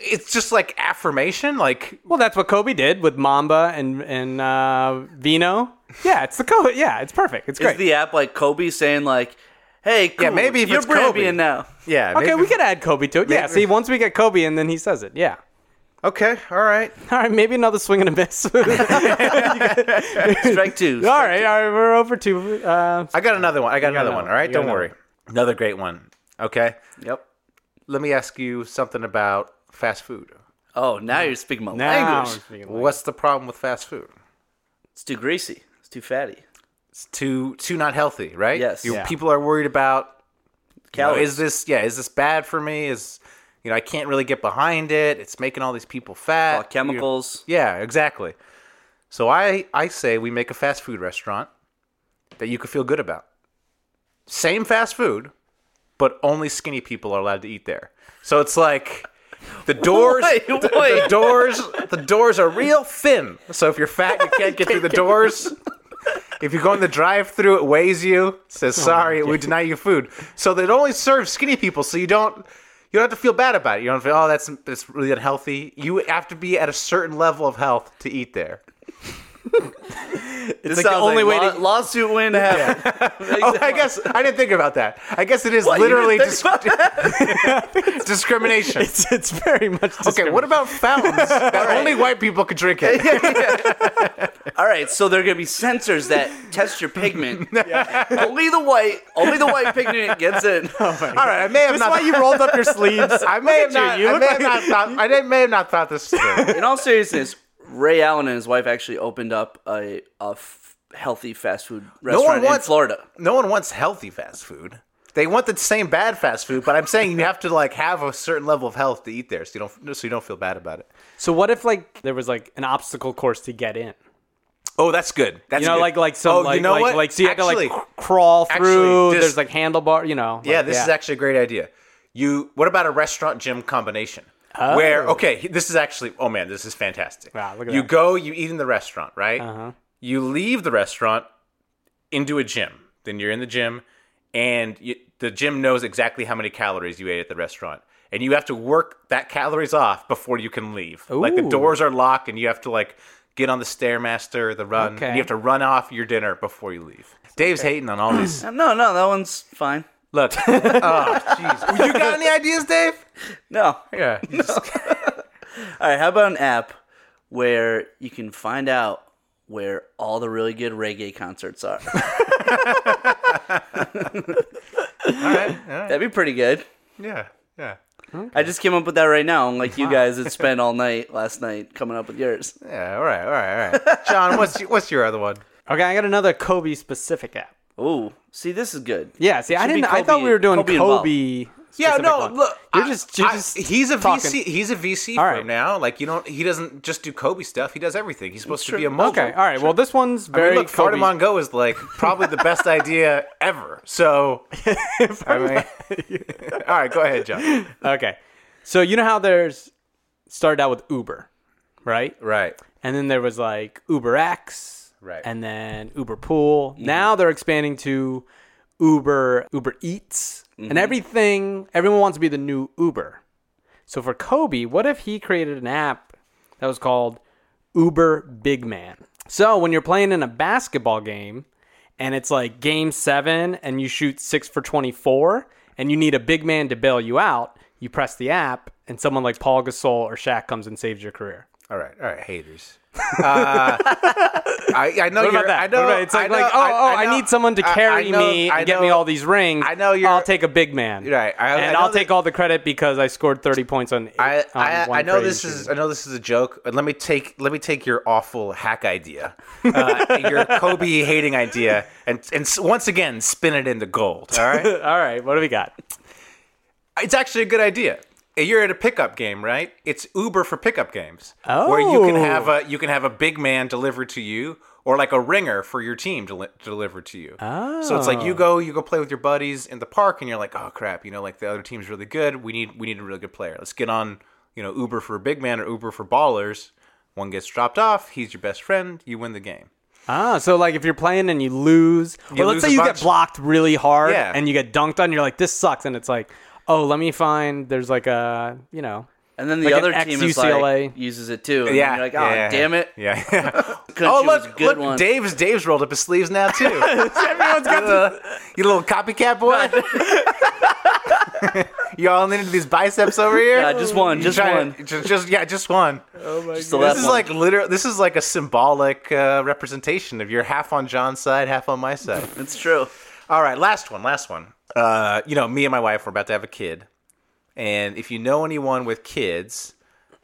[SPEAKER 4] it's just like affirmation like
[SPEAKER 5] Well, that's what Kobe did with Mamba and and uh, Vino. Yeah, it's the Kobe. Yeah, it's perfect. It's great.
[SPEAKER 6] Is the app like Kobe saying like, "Hey, cool,
[SPEAKER 4] maybe if
[SPEAKER 6] you're
[SPEAKER 4] it's Kobe."
[SPEAKER 6] Caribbean now."
[SPEAKER 4] yeah
[SPEAKER 5] okay, we could add Kobe to it. Yeah,
[SPEAKER 4] maybe-
[SPEAKER 5] see, once we get Kobe, and then he says it. Yeah. [LAUGHS]
[SPEAKER 4] okay all right
[SPEAKER 5] All right, maybe another swing and a miss. [LAUGHS] all right,
[SPEAKER 4] [LAUGHS]
[SPEAKER 6] Strike two.
[SPEAKER 5] all right, we're over two. Uh,
[SPEAKER 4] i got another one i got another
[SPEAKER 5] another
[SPEAKER 4] one all
[SPEAKER 5] one.
[SPEAKER 4] right
[SPEAKER 5] You got
[SPEAKER 4] don't
[SPEAKER 5] another
[SPEAKER 4] worry another great one okay
[SPEAKER 6] Yep.
[SPEAKER 4] let me ask you something about fast food
[SPEAKER 6] Oh, now you're speaking my
[SPEAKER 5] now
[SPEAKER 6] language.
[SPEAKER 5] we're speaking like-
[SPEAKER 4] what's the problem with fast food
[SPEAKER 6] It's too greasy. It's too fatty.
[SPEAKER 4] it's too too not healthy right
[SPEAKER 6] Yes.
[SPEAKER 4] You-
[SPEAKER 6] Yeah.
[SPEAKER 4] people are worried about you know,
[SPEAKER 6] Calories.
[SPEAKER 4] is this yeah is this bad for me is you know i can't really get behind it it's making all these people fat
[SPEAKER 6] All chemicals.
[SPEAKER 4] Yeah, exactly. So I I say we make a fast food restaurant that you could feel good about. Same fast food, but only skinny people are allowed to eat there. So it's like
[SPEAKER 6] [LAUGHS]
[SPEAKER 4] the doors
[SPEAKER 6] Wait,
[SPEAKER 4] the- The,
[SPEAKER 6] wait.
[SPEAKER 4] doors the doors are real thin. So if you're fat, you can't get through
[SPEAKER 6] [LAUGHS]
[SPEAKER 4] the doors. If you go in the drive-through, it weighs you. Says
[SPEAKER 5] Oh
[SPEAKER 4] sorry, we deny you food. So they only serve skinny people, so you don't you don't have to feel bad about it. You don't feel oh that's that's really unhealthy. You have to be at a certain level of health to eat there.
[SPEAKER 6] It's
[SPEAKER 5] like the only way to-
[SPEAKER 6] lawsuit win to happen.
[SPEAKER 4] [LAUGHS]
[SPEAKER 6] [LAUGHS]
[SPEAKER 4] Oh, I guess I didn't think about that. I guess it is
[SPEAKER 6] What, you
[SPEAKER 4] literally
[SPEAKER 6] didn't
[SPEAKER 4] [LAUGHS]
[SPEAKER 6] think
[SPEAKER 4] dis- discrimination.
[SPEAKER 5] [LAUGHS] it's, it's very much.
[SPEAKER 4] Okay, what about fountains that only white people could drink
[SPEAKER 5] [LAUGHS]
[SPEAKER 4] it?
[SPEAKER 6] All right, so there are gonna be sensors that test your
[SPEAKER 4] [LAUGHS]
[SPEAKER 6] pigment. Only the white, only the white pigment
[SPEAKER 4] [LAUGHS]
[SPEAKER 6] gets in.
[SPEAKER 4] All right, I may have
[SPEAKER 5] That's
[SPEAKER 4] not.
[SPEAKER 5] why you rolled up your sleeves.
[SPEAKER 4] [LAUGHS] I may have
[SPEAKER 5] at
[SPEAKER 4] not.
[SPEAKER 5] you. You
[SPEAKER 4] I
[SPEAKER 5] look
[SPEAKER 4] may
[SPEAKER 5] like-
[SPEAKER 4] have not thought. I didn't- may have not thought this through.
[SPEAKER 6] In all seriousness, Ray Allen and his wife actually opened up a, a f- healthy fast food restaurant in Florida.
[SPEAKER 4] No one wants healthy fast food. They want the same bad fast food, but I'm saying you have to like have a certain level of health to eat there, so you don't so you don't feel bad about it.
[SPEAKER 5] [LAUGHS] So what if like there was like an obstacle course to get in?
[SPEAKER 4] Oh, that's good. That's
[SPEAKER 5] You know,
[SPEAKER 4] good.
[SPEAKER 5] like like
[SPEAKER 4] Oh,
[SPEAKER 5] so like like, like so you have
[SPEAKER 4] Actually-
[SPEAKER 5] to like cr- crawl
[SPEAKER 4] actually,
[SPEAKER 5] through.
[SPEAKER 4] this-
[SPEAKER 5] There's like handlebar. You know.
[SPEAKER 4] yeah,
[SPEAKER 5] like,
[SPEAKER 4] this is actually a great idea. You what about a restaurant gym combination? Where okay, this is actually oh man, this is fantastic.
[SPEAKER 5] Oh. Wow, look at
[SPEAKER 4] you
[SPEAKER 5] that. Uh-huh.
[SPEAKER 4] go, you eat in the restaurant, right? You leave the restaurant into a gym. Then you're in the gym, and you, the gym knows exactly how many calories you ate at the restaurant, and you have to work that calories off before you can leave. Like the
[SPEAKER 5] Ooh.
[SPEAKER 4] doors are locked, and you have to like get on the stairmaster, the run. and
[SPEAKER 5] Okay.
[SPEAKER 4] you have to run off your dinner before you leave. Dave's hating on all
[SPEAKER 5] [COUGHS]
[SPEAKER 4] these.
[SPEAKER 6] No, no, that one's fine.
[SPEAKER 5] [LAUGHS]
[SPEAKER 4] Look, oh jeez, you got any ideas, Dave?
[SPEAKER 6] [LAUGHS] No.
[SPEAKER 4] Yeah,
[SPEAKER 6] All right, how about an app where you can find out where all the really good reggae concerts are? [LAUGHS]
[SPEAKER 4] [LAUGHS]
[SPEAKER 6] That'd be pretty good.
[SPEAKER 4] yeah, yeah.
[SPEAKER 6] I just came up with that right now. I'm like you guys that spent all night last night coming up with yours.
[SPEAKER 4] Yeah, all right, all right, all right. John, what's your, what's your other one?
[SPEAKER 5] Okay, I got another Kobe specific app.
[SPEAKER 6] Ooh, see, this is good.
[SPEAKER 5] Yeah, see, I
[SPEAKER 6] should be
[SPEAKER 5] didn't. I thought
[SPEAKER 6] Kobe-
[SPEAKER 5] we were doing
[SPEAKER 6] Kobe
[SPEAKER 5] Kobe.
[SPEAKER 6] involved.
[SPEAKER 4] Yeah,
[SPEAKER 5] specific
[SPEAKER 4] no,
[SPEAKER 5] one.
[SPEAKER 4] look,
[SPEAKER 5] you're
[SPEAKER 4] I-
[SPEAKER 5] just, you're
[SPEAKER 4] I-
[SPEAKER 5] just
[SPEAKER 4] he's a
[SPEAKER 5] talking.
[SPEAKER 4] VC. He's a VC
[SPEAKER 5] All
[SPEAKER 4] firm
[SPEAKER 5] right.
[SPEAKER 4] now. Like you don't, he doesn't just do Kobe stuff. He does everything. He's supposed to be a mogul.
[SPEAKER 5] Okay, all right. Well, this one's
[SPEAKER 4] I
[SPEAKER 5] very
[SPEAKER 4] mean, look,
[SPEAKER 5] Kobe.
[SPEAKER 4] Cardamon Go is like probably the
[SPEAKER 5] [LAUGHS]
[SPEAKER 4] best idea ever. So, I mean, all right, go ahead, John.
[SPEAKER 5] Okay, so you know how there's started out with Uber, right?
[SPEAKER 4] Right.
[SPEAKER 5] And then there was like Uber X,
[SPEAKER 4] Right.
[SPEAKER 5] And then Uber Pool. Now they're expanding to Uber Uber Eats and everything. Everyone wants to be the new Uber. So for Kobe, what if he created an app that was called Uber Big Man? So when you're playing in a basketball game and it's like game seven and you shoot six for 24 and you need a big man to bail you out, you press the app and someone like Paul Gasol or Shaq comes and saves your career.
[SPEAKER 4] All right. All right.
[SPEAKER 5] [LAUGHS]
[SPEAKER 4] Haters. Uh, I, I know
[SPEAKER 5] What
[SPEAKER 4] you're.
[SPEAKER 5] about that?
[SPEAKER 4] I know.
[SPEAKER 5] What about- it's like,
[SPEAKER 4] I know-
[SPEAKER 5] like oh, oh, I,
[SPEAKER 4] know-
[SPEAKER 5] need someone to
[SPEAKER 4] I- I
[SPEAKER 5] carry
[SPEAKER 4] know-
[SPEAKER 5] me and
[SPEAKER 4] I
[SPEAKER 5] get me
[SPEAKER 4] know-
[SPEAKER 5] all these rings.
[SPEAKER 4] I know you're-
[SPEAKER 5] I'll take a big man.
[SPEAKER 4] Right, I- I
[SPEAKER 5] and
[SPEAKER 4] know
[SPEAKER 5] I'll
[SPEAKER 4] that-
[SPEAKER 5] take all the credit because I scored 30 points on. Eight,
[SPEAKER 4] I,
[SPEAKER 5] on
[SPEAKER 4] I,
[SPEAKER 5] one
[SPEAKER 4] I know
[SPEAKER 5] crazy
[SPEAKER 4] this
[SPEAKER 5] shooting.
[SPEAKER 4] is I know this is a joke. But let me take let me take your awful hack idea, uh, your Kobe hating idea, and and s- once again spin it into gold. All right,
[SPEAKER 5] [LAUGHS] All right, what do we got?
[SPEAKER 4] it's actually a good idea. Uh, You're at a pickup game, right? It's Uber for pickup games, where you can
[SPEAKER 5] Oh.
[SPEAKER 4] have a you can have a big man delivered to you, or like a ringer for your team deli- delivered to you. So it's like you go you go play with your buddies in the park, and you're like, oh crap, you know, like the other team's really good. We need we need a really good player. Let's get on, you know, Uber for big man or Uber for ballers. One gets dropped off. He's your best friend. You win the game.
[SPEAKER 5] Ah, so like if you're playing and you lose,
[SPEAKER 4] You
[SPEAKER 5] or let's
[SPEAKER 4] lose
[SPEAKER 5] say
[SPEAKER 4] a
[SPEAKER 5] you
[SPEAKER 4] bunch.
[SPEAKER 5] get blocked really hard
[SPEAKER 4] Yeah.
[SPEAKER 5] and you get dunked on, you're like, this sucks, and it's like, oh, let me find. There's like a you know.
[SPEAKER 6] And then the
[SPEAKER 5] Like an
[SPEAKER 6] other team is
[SPEAKER 5] ex-UCLA.
[SPEAKER 6] like uses it too. And yeah, you're like, oh
[SPEAKER 4] yeah, yeah.
[SPEAKER 6] damn it,
[SPEAKER 4] [LAUGHS] Yeah.
[SPEAKER 6] Country
[SPEAKER 4] oh
[SPEAKER 6] was a
[SPEAKER 4] look,
[SPEAKER 6] good
[SPEAKER 4] look,
[SPEAKER 6] one.
[SPEAKER 4] Dave's Dave's rolled up his sleeves now
[SPEAKER 6] [LAUGHS]
[SPEAKER 4] too. Everyone's got the you little copycat boy. [LAUGHS] you all into these biceps over here.
[SPEAKER 6] Yeah, just one,
[SPEAKER 4] You
[SPEAKER 6] just
[SPEAKER 4] trying-
[SPEAKER 6] one.
[SPEAKER 4] just, just yeah, just one.
[SPEAKER 6] Just the last
[SPEAKER 4] this is
[SPEAKER 6] one.
[SPEAKER 4] like literal. This is like a symbolic uh, representation of you're half on John's side, half on my side.
[SPEAKER 6] it's true.
[SPEAKER 4] All right, last one, last one. Uh, you know, me and my wife were about to have a kid, and if you know anyone with kids,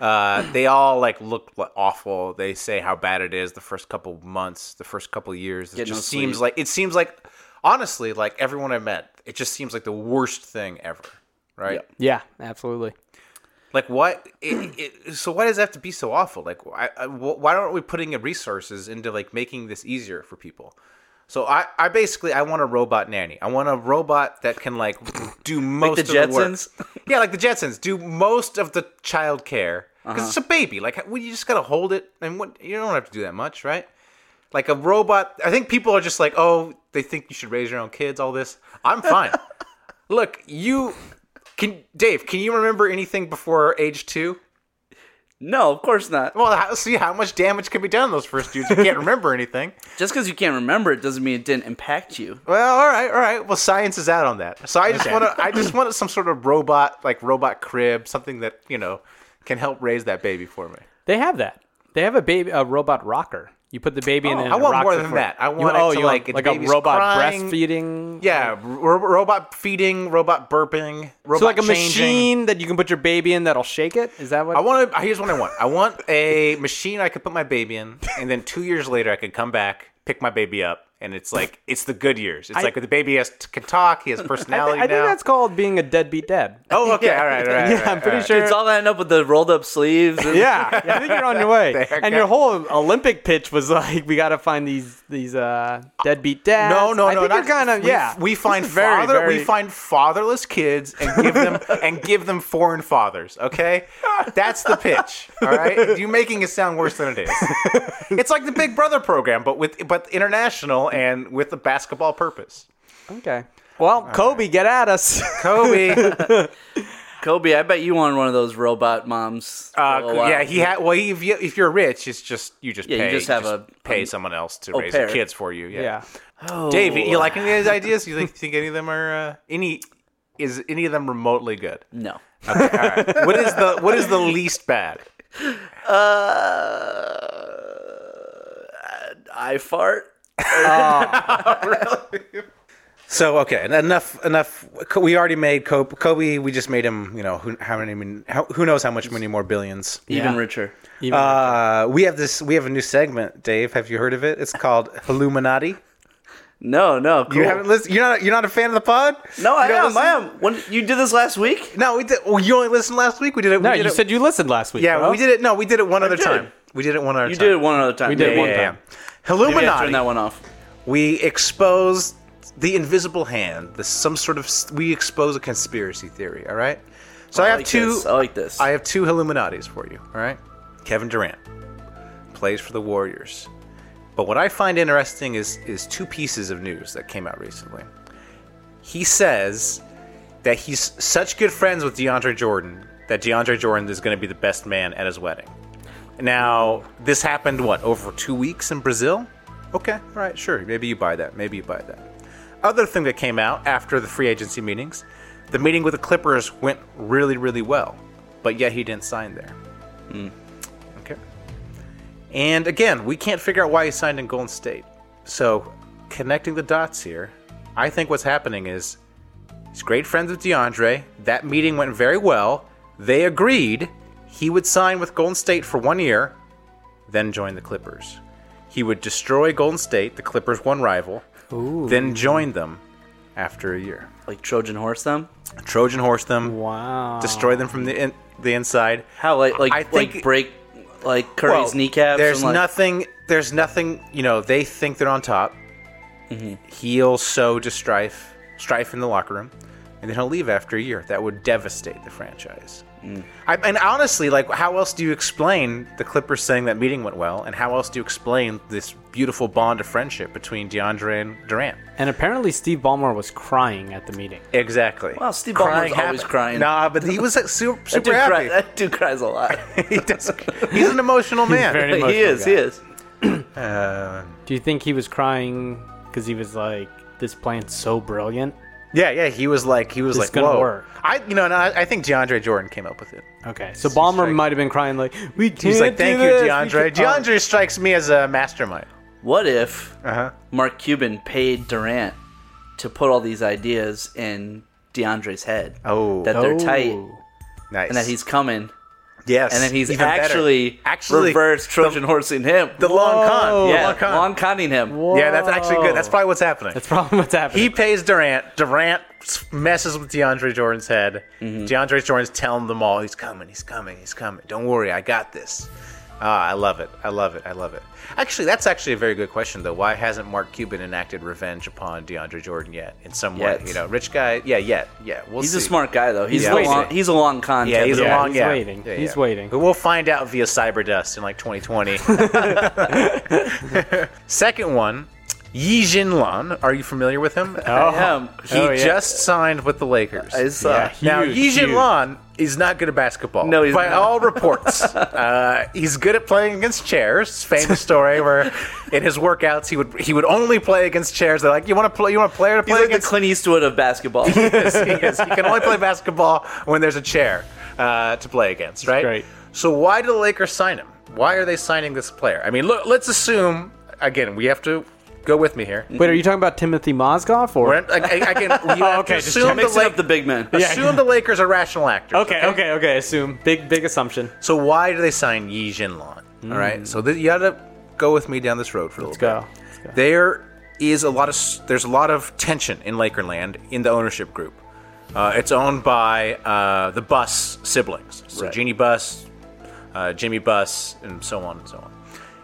[SPEAKER 4] uh, they all like look li- awful. They say how bad it is the first couple months, the first couple years. It
[SPEAKER 6] Get no
[SPEAKER 4] just seems
[SPEAKER 6] sleep.
[SPEAKER 4] like it seems like honestly, like everyone I met, it just seems like the worst thing ever, right?
[SPEAKER 5] Yeah, absolutely.
[SPEAKER 4] Like what? It,
[SPEAKER 6] [CLEARS THROAT]
[SPEAKER 4] it, so why does it have to be so awful? Like why, I- wh- why aren't we putting in resources into like making this easier for people? So I, I basically I want a robot nanny. I want a robot that can like do most
[SPEAKER 6] the
[SPEAKER 4] of the work.
[SPEAKER 6] Jetsons?
[SPEAKER 4] Yeah, like the Jetsons do most of the child care because it's a baby. Like well, you just gotta hold it, and what you don't have to do that much, right? Like a robot. I think people are just like, oh, they think you should raise your own kids. All this. I'm fine. Look, you can Dave. Can you remember anything before age two?
[SPEAKER 6] No, of course not.
[SPEAKER 4] Well, how, see how much damage can be done in those first dudes. You can't remember anything.
[SPEAKER 6] Just because you can't remember it doesn't mean it didn't impact you.
[SPEAKER 4] Well, all right, all right. Well, science is out on that. So I just
[SPEAKER 5] Okay.
[SPEAKER 4] want to. I just want some sort of robot, like robot crib, something that you know can help raise that baby for me.
[SPEAKER 5] They have that. They have a baby, a robot rocker. You put the baby in.
[SPEAKER 4] Oh,
[SPEAKER 5] it
[SPEAKER 4] I
[SPEAKER 5] and
[SPEAKER 4] want
[SPEAKER 5] rocks
[SPEAKER 4] more
[SPEAKER 5] it
[SPEAKER 4] than
[SPEAKER 5] for-
[SPEAKER 4] that. I
[SPEAKER 5] You-
[SPEAKER 4] want it
[SPEAKER 5] oh,
[SPEAKER 4] to,
[SPEAKER 5] you
[SPEAKER 4] like,
[SPEAKER 5] want, like
[SPEAKER 4] the
[SPEAKER 5] a
[SPEAKER 4] baby's
[SPEAKER 5] robot
[SPEAKER 4] crying.
[SPEAKER 5] breastfeeding.
[SPEAKER 4] Yeah, ro- robot feeding, robot burping, robot
[SPEAKER 5] So like a
[SPEAKER 4] changing.
[SPEAKER 5] machine that you can put your baby in that'll shake it. Is that what?
[SPEAKER 4] I want to. Here's what I want. I want a machine I could put my baby in, and then two years later I could come back, pick my baby up, and it's like it's the good years. It's like the baby has can talk, he has personality
[SPEAKER 5] [LAUGHS] I think
[SPEAKER 4] now.
[SPEAKER 5] that's called being a deadbeat dad.
[SPEAKER 4] [LAUGHS] [LAUGHS] oh, okay, all right, all right.
[SPEAKER 5] yeah, I'm pretty sure.
[SPEAKER 6] It's all ending up with the rolled up sleeves. And
[SPEAKER 5] yeah, yeah, [LAUGHS] I think you're on your
[SPEAKER 4] [LAUGHS]
[SPEAKER 5] way.
[SPEAKER 4] There,
[SPEAKER 5] And your
[SPEAKER 4] okay.
[SPEAKER 5] whole Olympic pitch was like, we got to find these these uh, deadbeat dads.
[SPEAKER 4] No, no,
[SPEAKER 5] I
[SPEAKER 4] no.
[SPEAKER 5] Think
[SPEAKER 4] not,
[SPEAKER 5] you're kind of
[SPEAKER 4] we,
[SPEAKER 5] yeah.
[SPEAKER 4] We
[SPEAKER 5] This
[SPEAKER 4] find
[SPEAKER 5] is very,
[SPEAKER 4] [LAUGHS] father.
[SPEAKER 5] very-
[SPEAKER 4] We find fatherless kids and give [LAUGHS] them and give them foreign fathers. Okay, that's the pitch. All right, you're making it sound worse than it is. [LAUGHS] It's like the Big Brother program, but with but international and with a basketball purpose.
[SPEAKER 5] okay. Well, Kobe, get at us. [LAUGHS]
[SPEAKER 4] [LAUGHS] Kobe,
[SPEAKER 6] [LAUGHS] Kobe, I bet you won one of those robot moms. for
[SPEAKER 4] uh,
[SPEAKER 6] a while.
[SPEAKER 4] yeah, he had. Well, he, if, you, if you're rich, it's just you just
[SPEAKER 6] Oh, Yeah, you
[SPEAKER 4] pay,
[SPEAKER 6] just have a-
[SPEAKER 4] pay someone else to
[SPEAKER 6] au
[SPEAKER 4] raise your
[SPEAKER 6] pair.
[SPEAKER 4] kids for you. Yeah,
[SPEAKER 5] yeah.
[SPEAKER 4] Dave, you like any of these ideas? You think, think any of them are uh, any? Is any of them remotely good?
[SPEAKER 6] No.
[SPEAKER 4] what is the what is the least bad?
[SPEAKER 6] Uh, I fart.
[SPEAKER 4] So okay, enough enough. We already made Kobe. Kobe we just made him. You know who, how many? min- How, who knows how much many more billions?
[SPEAKER 6] Even richer.
[SPEAKER 5] Even-
[SPEAKER 4] Uh, we have this. We have a new segment, Dave. Have you heard of it? It's called Illuminati.
[SPEAKER 6] No, no. Cool.
[SPEAKER 4] You haven't listened. You're not. You're not a fan of the pod.
[SPEAKER 6] no, I
[SPEAKER 4] You don't
[SPEAKER 6] am. I
[SPEAKER 4] listen?
[SPEAKER 6] am. When you did this last week?
[SPEAKER 4] No, we did. Well, you only listened last week. We did it.
[SPEAKER 5] no,
[SPEAKER 4] we did
[SPEAKER 5] you
[SPEAKER 4] it,
[SPEAKER 5] said you listened last week.
[SPEAKER 4] Yeah,
[SPEAKER 5] bro.
[SPEAKER 4] we did it. No, we did it one other
[SPEAKER 6] did.
[SPEAKER 4] time. We did it one other
[SPEAKER 6] You
[SPEAKER 4] time.
[SPEAKER 6] did it one other time.
[SPEAKER 5] We did
[SPEAKER 6] Yeah,
[SPEAKER 5] one
[SPEAKER 6] yeah,
[SPEAKER 5] time.
[SPEAKER 6] yeah. Maybe I
[SPEAKER 4] Illuminati.
[SPEAKER 6] turned that one off.
[SPEAKER 4] we expose the invisible hand the some sort of we expose a conspiracy theory all right so i, have
[SPEAKER 6] like
[SPEAKER 4] two
[SPEAKER 6] this. I like this.
[SPEAKER 4] I have two illuminatis for you all right kevin durant plays for the warriors but what i find interesting is is two pieces of news that came out recently he says that he's such good friends with deandre jordan that deandre jordan is going to be the best man at his wedding now this happened what over two weeks in brazil Okay, all right, sure. Maybe you buy that. Maybe you buy that. Other thing that came out after the free agency meetings, the meeting with the Clippers went really, really well, but yet he didn't sign there. Okay. And again, we can't figure out why he signed in Golden State. So, connecting the dots here, I think what's happening is he's great friends with DeAndre. That meeting went very well. They agreed he would sign with Golden State for one year, then join the Clippers. He would destroy Golden State, the Clippers' one rival, then join them after a year.
[SPEAKER 6] Like Trojan horse them?
[SPEAKER 4] Trojan horse them,
[SPEAKER 5] Wow.
[SPEAKER 4] destroy them from the in- the inside.
[SPEAKER 6] How like like
[SPEAKER 4] I think-
[SPEAKER 6] like break like Curry's
[SPEAKER 4] Well,
[SPEAKER 6] kneecaps?
[SPEAKER 4] There's
[SPEAKER 6] and, like,
[SPEAKER 4] nothing. There's nothing. You know, they think they're on top.
[SPEAKER 6] Mm-hmm.
[SPEAKER 4] He'll sow to strife, strife in the locker room, and then he'll leave after a year. That would devastate the franchise.
[SPEAKER 6] Mm.
[SPEAKER 4] I, and honestly, like, how else do you explain the Clippers saying that meeting went well, and how else do you explain this beautiful bond of friendship between DeAndre and Durant?
[SPEAKER 5] And apparently, Steve Ballmer was crying at the meeting.
[SPEAKER 4] Exactly.
[SPEAKER 6] Well, Steve Ballmer's always crying.
[SPEAKER 4] Nah, but he was like,
[SPEAKER 6] [LAUGHS]
[SPEAKER 4] super,
[SPEAKER 6] That dude,
[SPEAKER 4] super
[SPEAKER 6] cry,
[SPEAKER 4] happy.
[SPEAKER 6] that dude cries a lot.
[SPEAKER 4] [LAUGHS] he does, he's an
[SPEAKER 6] [LAUGHS]
[SPEAKER 4] emotional man.
[SPEAKER 5] very-
[SPEAKER 6] he
[SPEAKER 5] emotional
[SPEAKER 6] is. He
[SPEAKER 5] guy.
[SPEAKER 6] is.
[SPEAKER 4] Uh,
[SPEAKER 5] Do you think he was crying because he was like, "This plan's so brilliant"?
[SPEAKER 4] Yeah, yeah, he was like, he was
[SPEAKER 5] This
[SPEAKER 4] like,
[SPEAKER 5] gonna
[SPEAKER 4] whoa.
[SPEAKER 5] work.
[SPEAKER 4] I, you know, and I, I think DeAndre Jordan came up with it.
[SPEAKER 5] Okay, so Ballmer
[SPEAKER 4] like-
[SPEAKER 5] might have been crying like, "We can't
[SPEAKER 4] He's like,
[SPEAKER 5] do
[SPEAKER 4] thank you,
[SPEAKER 5] this, we
[SPEAKER 4] DeAndre.
[SPEAKER 5] can't-"
[SPEAKER 4] DeAndre strikes me as a mastermind.
[SPEAKER 6] What if
[SPEAKER 4] Uh huh.
[SPEAKER 6] Mark Cuban paid Durant to put all these ideas in DeAndre's head?
[SPEAKER 4] Oh.
[SPEAKER 6] that they're tight
[SPEAKER 5] Oh.
[SPEAKER 4] Nice.
[SPEAKER 6] and that he's coming,
[SPEAKER 4] yes,
[SPEAKER 6] and then he's
[SPEAKER 4] even better.
[SPEAKER 6] actually
[SPEAKER 4] actually
[SPEAKER 6] reverse Trojan horsing him.
[SPEAKER 4] the long con.
[SPEAKER 5] Whoa.
[SPEAKER 4] The
[SPEAKER 6] yeah,
[SPEAKER 4] long con.
[SPEAKER 6] long conning him.
[SPEAKER 4] yeah, that's actually good. That's probably what's happening.
[SPEAKER 5] That's probably what's happening.
[SPEAKER 4] he pays Durant. Durant messes with DeAndre Jordan's head.
[SPEAKER 6] Mm-hmm.
[SPEAKER 4] DeAndre Jordan's telling them all, he's coming, he's coming, he's coming. Don't worry, I got this. Ah, I love it. I love it. I love it. Actually, that's actually a very good question, though. Why hasn't Mark Cuban enacted revenge upon DeAndre Jordan yet? In some way,
[SPEAKER 6] Yet.
[SPEAKER 4] you know, rich guy. Yeah, yet, yeah. We'll
[SPEAKER 6] He's
[SPEAKER 4] see.
[SPEAKER 6] a smart guy though. He's
[SPEAKER 4] Yeah.
[SPEAKER 6] a
[SPEAKER 4] Wait.
[SPEAKER 6] long. He's a long con.
[SPEAKER 4] Yeah, he's
[SPEAKER 5] Yeah,
[SPEAKER 4] a long.
[SPEAKER 5] he's
[SPEAKER 4] yeah.
[SPEAKER 5] waiting.
[SPEAKER 4] Yeah,
[SPEAKER 5] He's
[SPEAKER 4] yeah.
[SPEAKER 5] waiting.
[SPEAKER 4] But we'll find out via Cyberdust in like
[SPEAKER 5] [LAUGHS]
[SPEAKER 4] 2020. [LAUGHS] Second one, Yi Jinlan. Are you familiar with him?
[SPEAKER 6] him.
[SPEAKER 4] He
[SPEAKER 5] Oh, yeah.
[SPEAKER 4] just signed with the Lakers.
[SPEAKER 6] I saw.
[SPEAKER 4] now,
[SPEAKER 5] Huge,
[SPEAKER 4] Yi
[SPEAKER 5] huge.
[SPEAKER 4] Jinlan is not good at basketball.
[SPEAKER 6] No, he's
[SPEAKER 4] By
[SPEAKER 6] not.
[SPEAKER 4] all
[SPEAKER 6] [LAUGHS]
[SPEAKER 4] reports, uh, he's good at playing against chairs. Famous story where in his workouts he would he would only play against chairs. They're like, you want to play? You want a player to play
[SPEAKER 6] He's like the
[SPEAKER 4] against?
[SPEAKER 6] Clint Eastwood of basketball.
[SPEAKER 4] is, [LAUGHS] he is. He can only play basketball when there's a chair uh, to play against, right?
[SPEAKER 5] great.
[SPEAKER 4] So why do the Lakers sign him? Why are they signing this player? I mean, look, let's assume again. We have to go with me here.
[SPEAKER 5] Wait, are you talking about Timothy Mozgov or?
[SPEAKER 4] We're- I, I, I can.
[SPEAKER 5] [LAUGHS]
[SPEAKER 4] You have
[SPEAKER 5] Okay,
[SPEAKER 4] to
[SPEAKER 5] just
[SPEAKER 4] assume the,
[SPEAKER 6] Mixing
[SPEAKER 4] La-
[SPEAKER 6] up the big man.
[SPEAKER 4] assume the Lakers are rational actors.
[SPEAKER 5] okay, okay, okay. Assume big, big assumption.
[SPEAKER 4] So why do they sign Yi Jinlan? All right. So th- you got to go with me down this road for a
[SPEAKER 5] Hmm. Let's
[SPEAKER 4] little
[SPEAKER 5] go.
[SPEAKER 4] bit. They're is a lot of s- there's a lot of tension in Lakerland in the ownership group. Uh, it's owned by uh, the Bus siblings, so
[SPEAKER 6] Right.
[SPEAKER 4] Jeannie Bus, uh, Jimmy Bus, and so on and so on.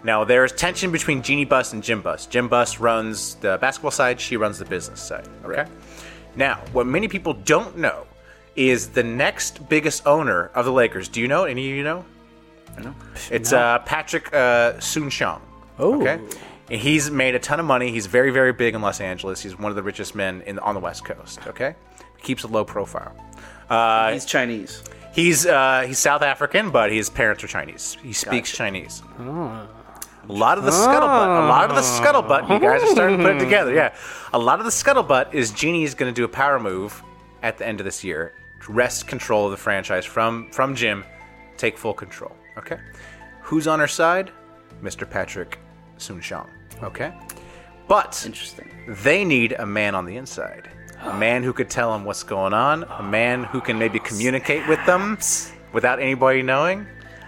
[SPEAKER 4] Now there is tension between Jeannie Bus and Jim Bus. Jim Bus runs the basketball side; she runs the business side. Okay. Now, what many people don't know is the next biggest owner of the Lakers. Do you know? Any of you know? It's uh, Patrick uh, Soonshong.
[SPEAKER 5] Oh.
[SPEAKER 4] okay. And he's made a ton of money. He's very, very big in Los Angeles. He's one of the richest men in on the West Coast. Okay, keeps a low profile.
[SPEAKER 6] He's Chinese.
[SPEAKER 4] He's uh, he's South African, but his parents are Chinese. He speaks Chinese. A lot of the scuttlebutt. A lot of the scuttlebutt. You guys are starting to put it together. Yeah, a lot of the scuttlebutt is Genie is going to do a power move at the end of this year, to wrest control of the franchise from from Jim, take full control. Okay, who's on her side? Mr. Patrick Soon-Shong. Okay, but
[SPEAKER 6] Interesting.
[SPEAKER 4] they need a man on the inside. A man who could tell them what's going on. A man who can maybe communicate with them without anybody knowing.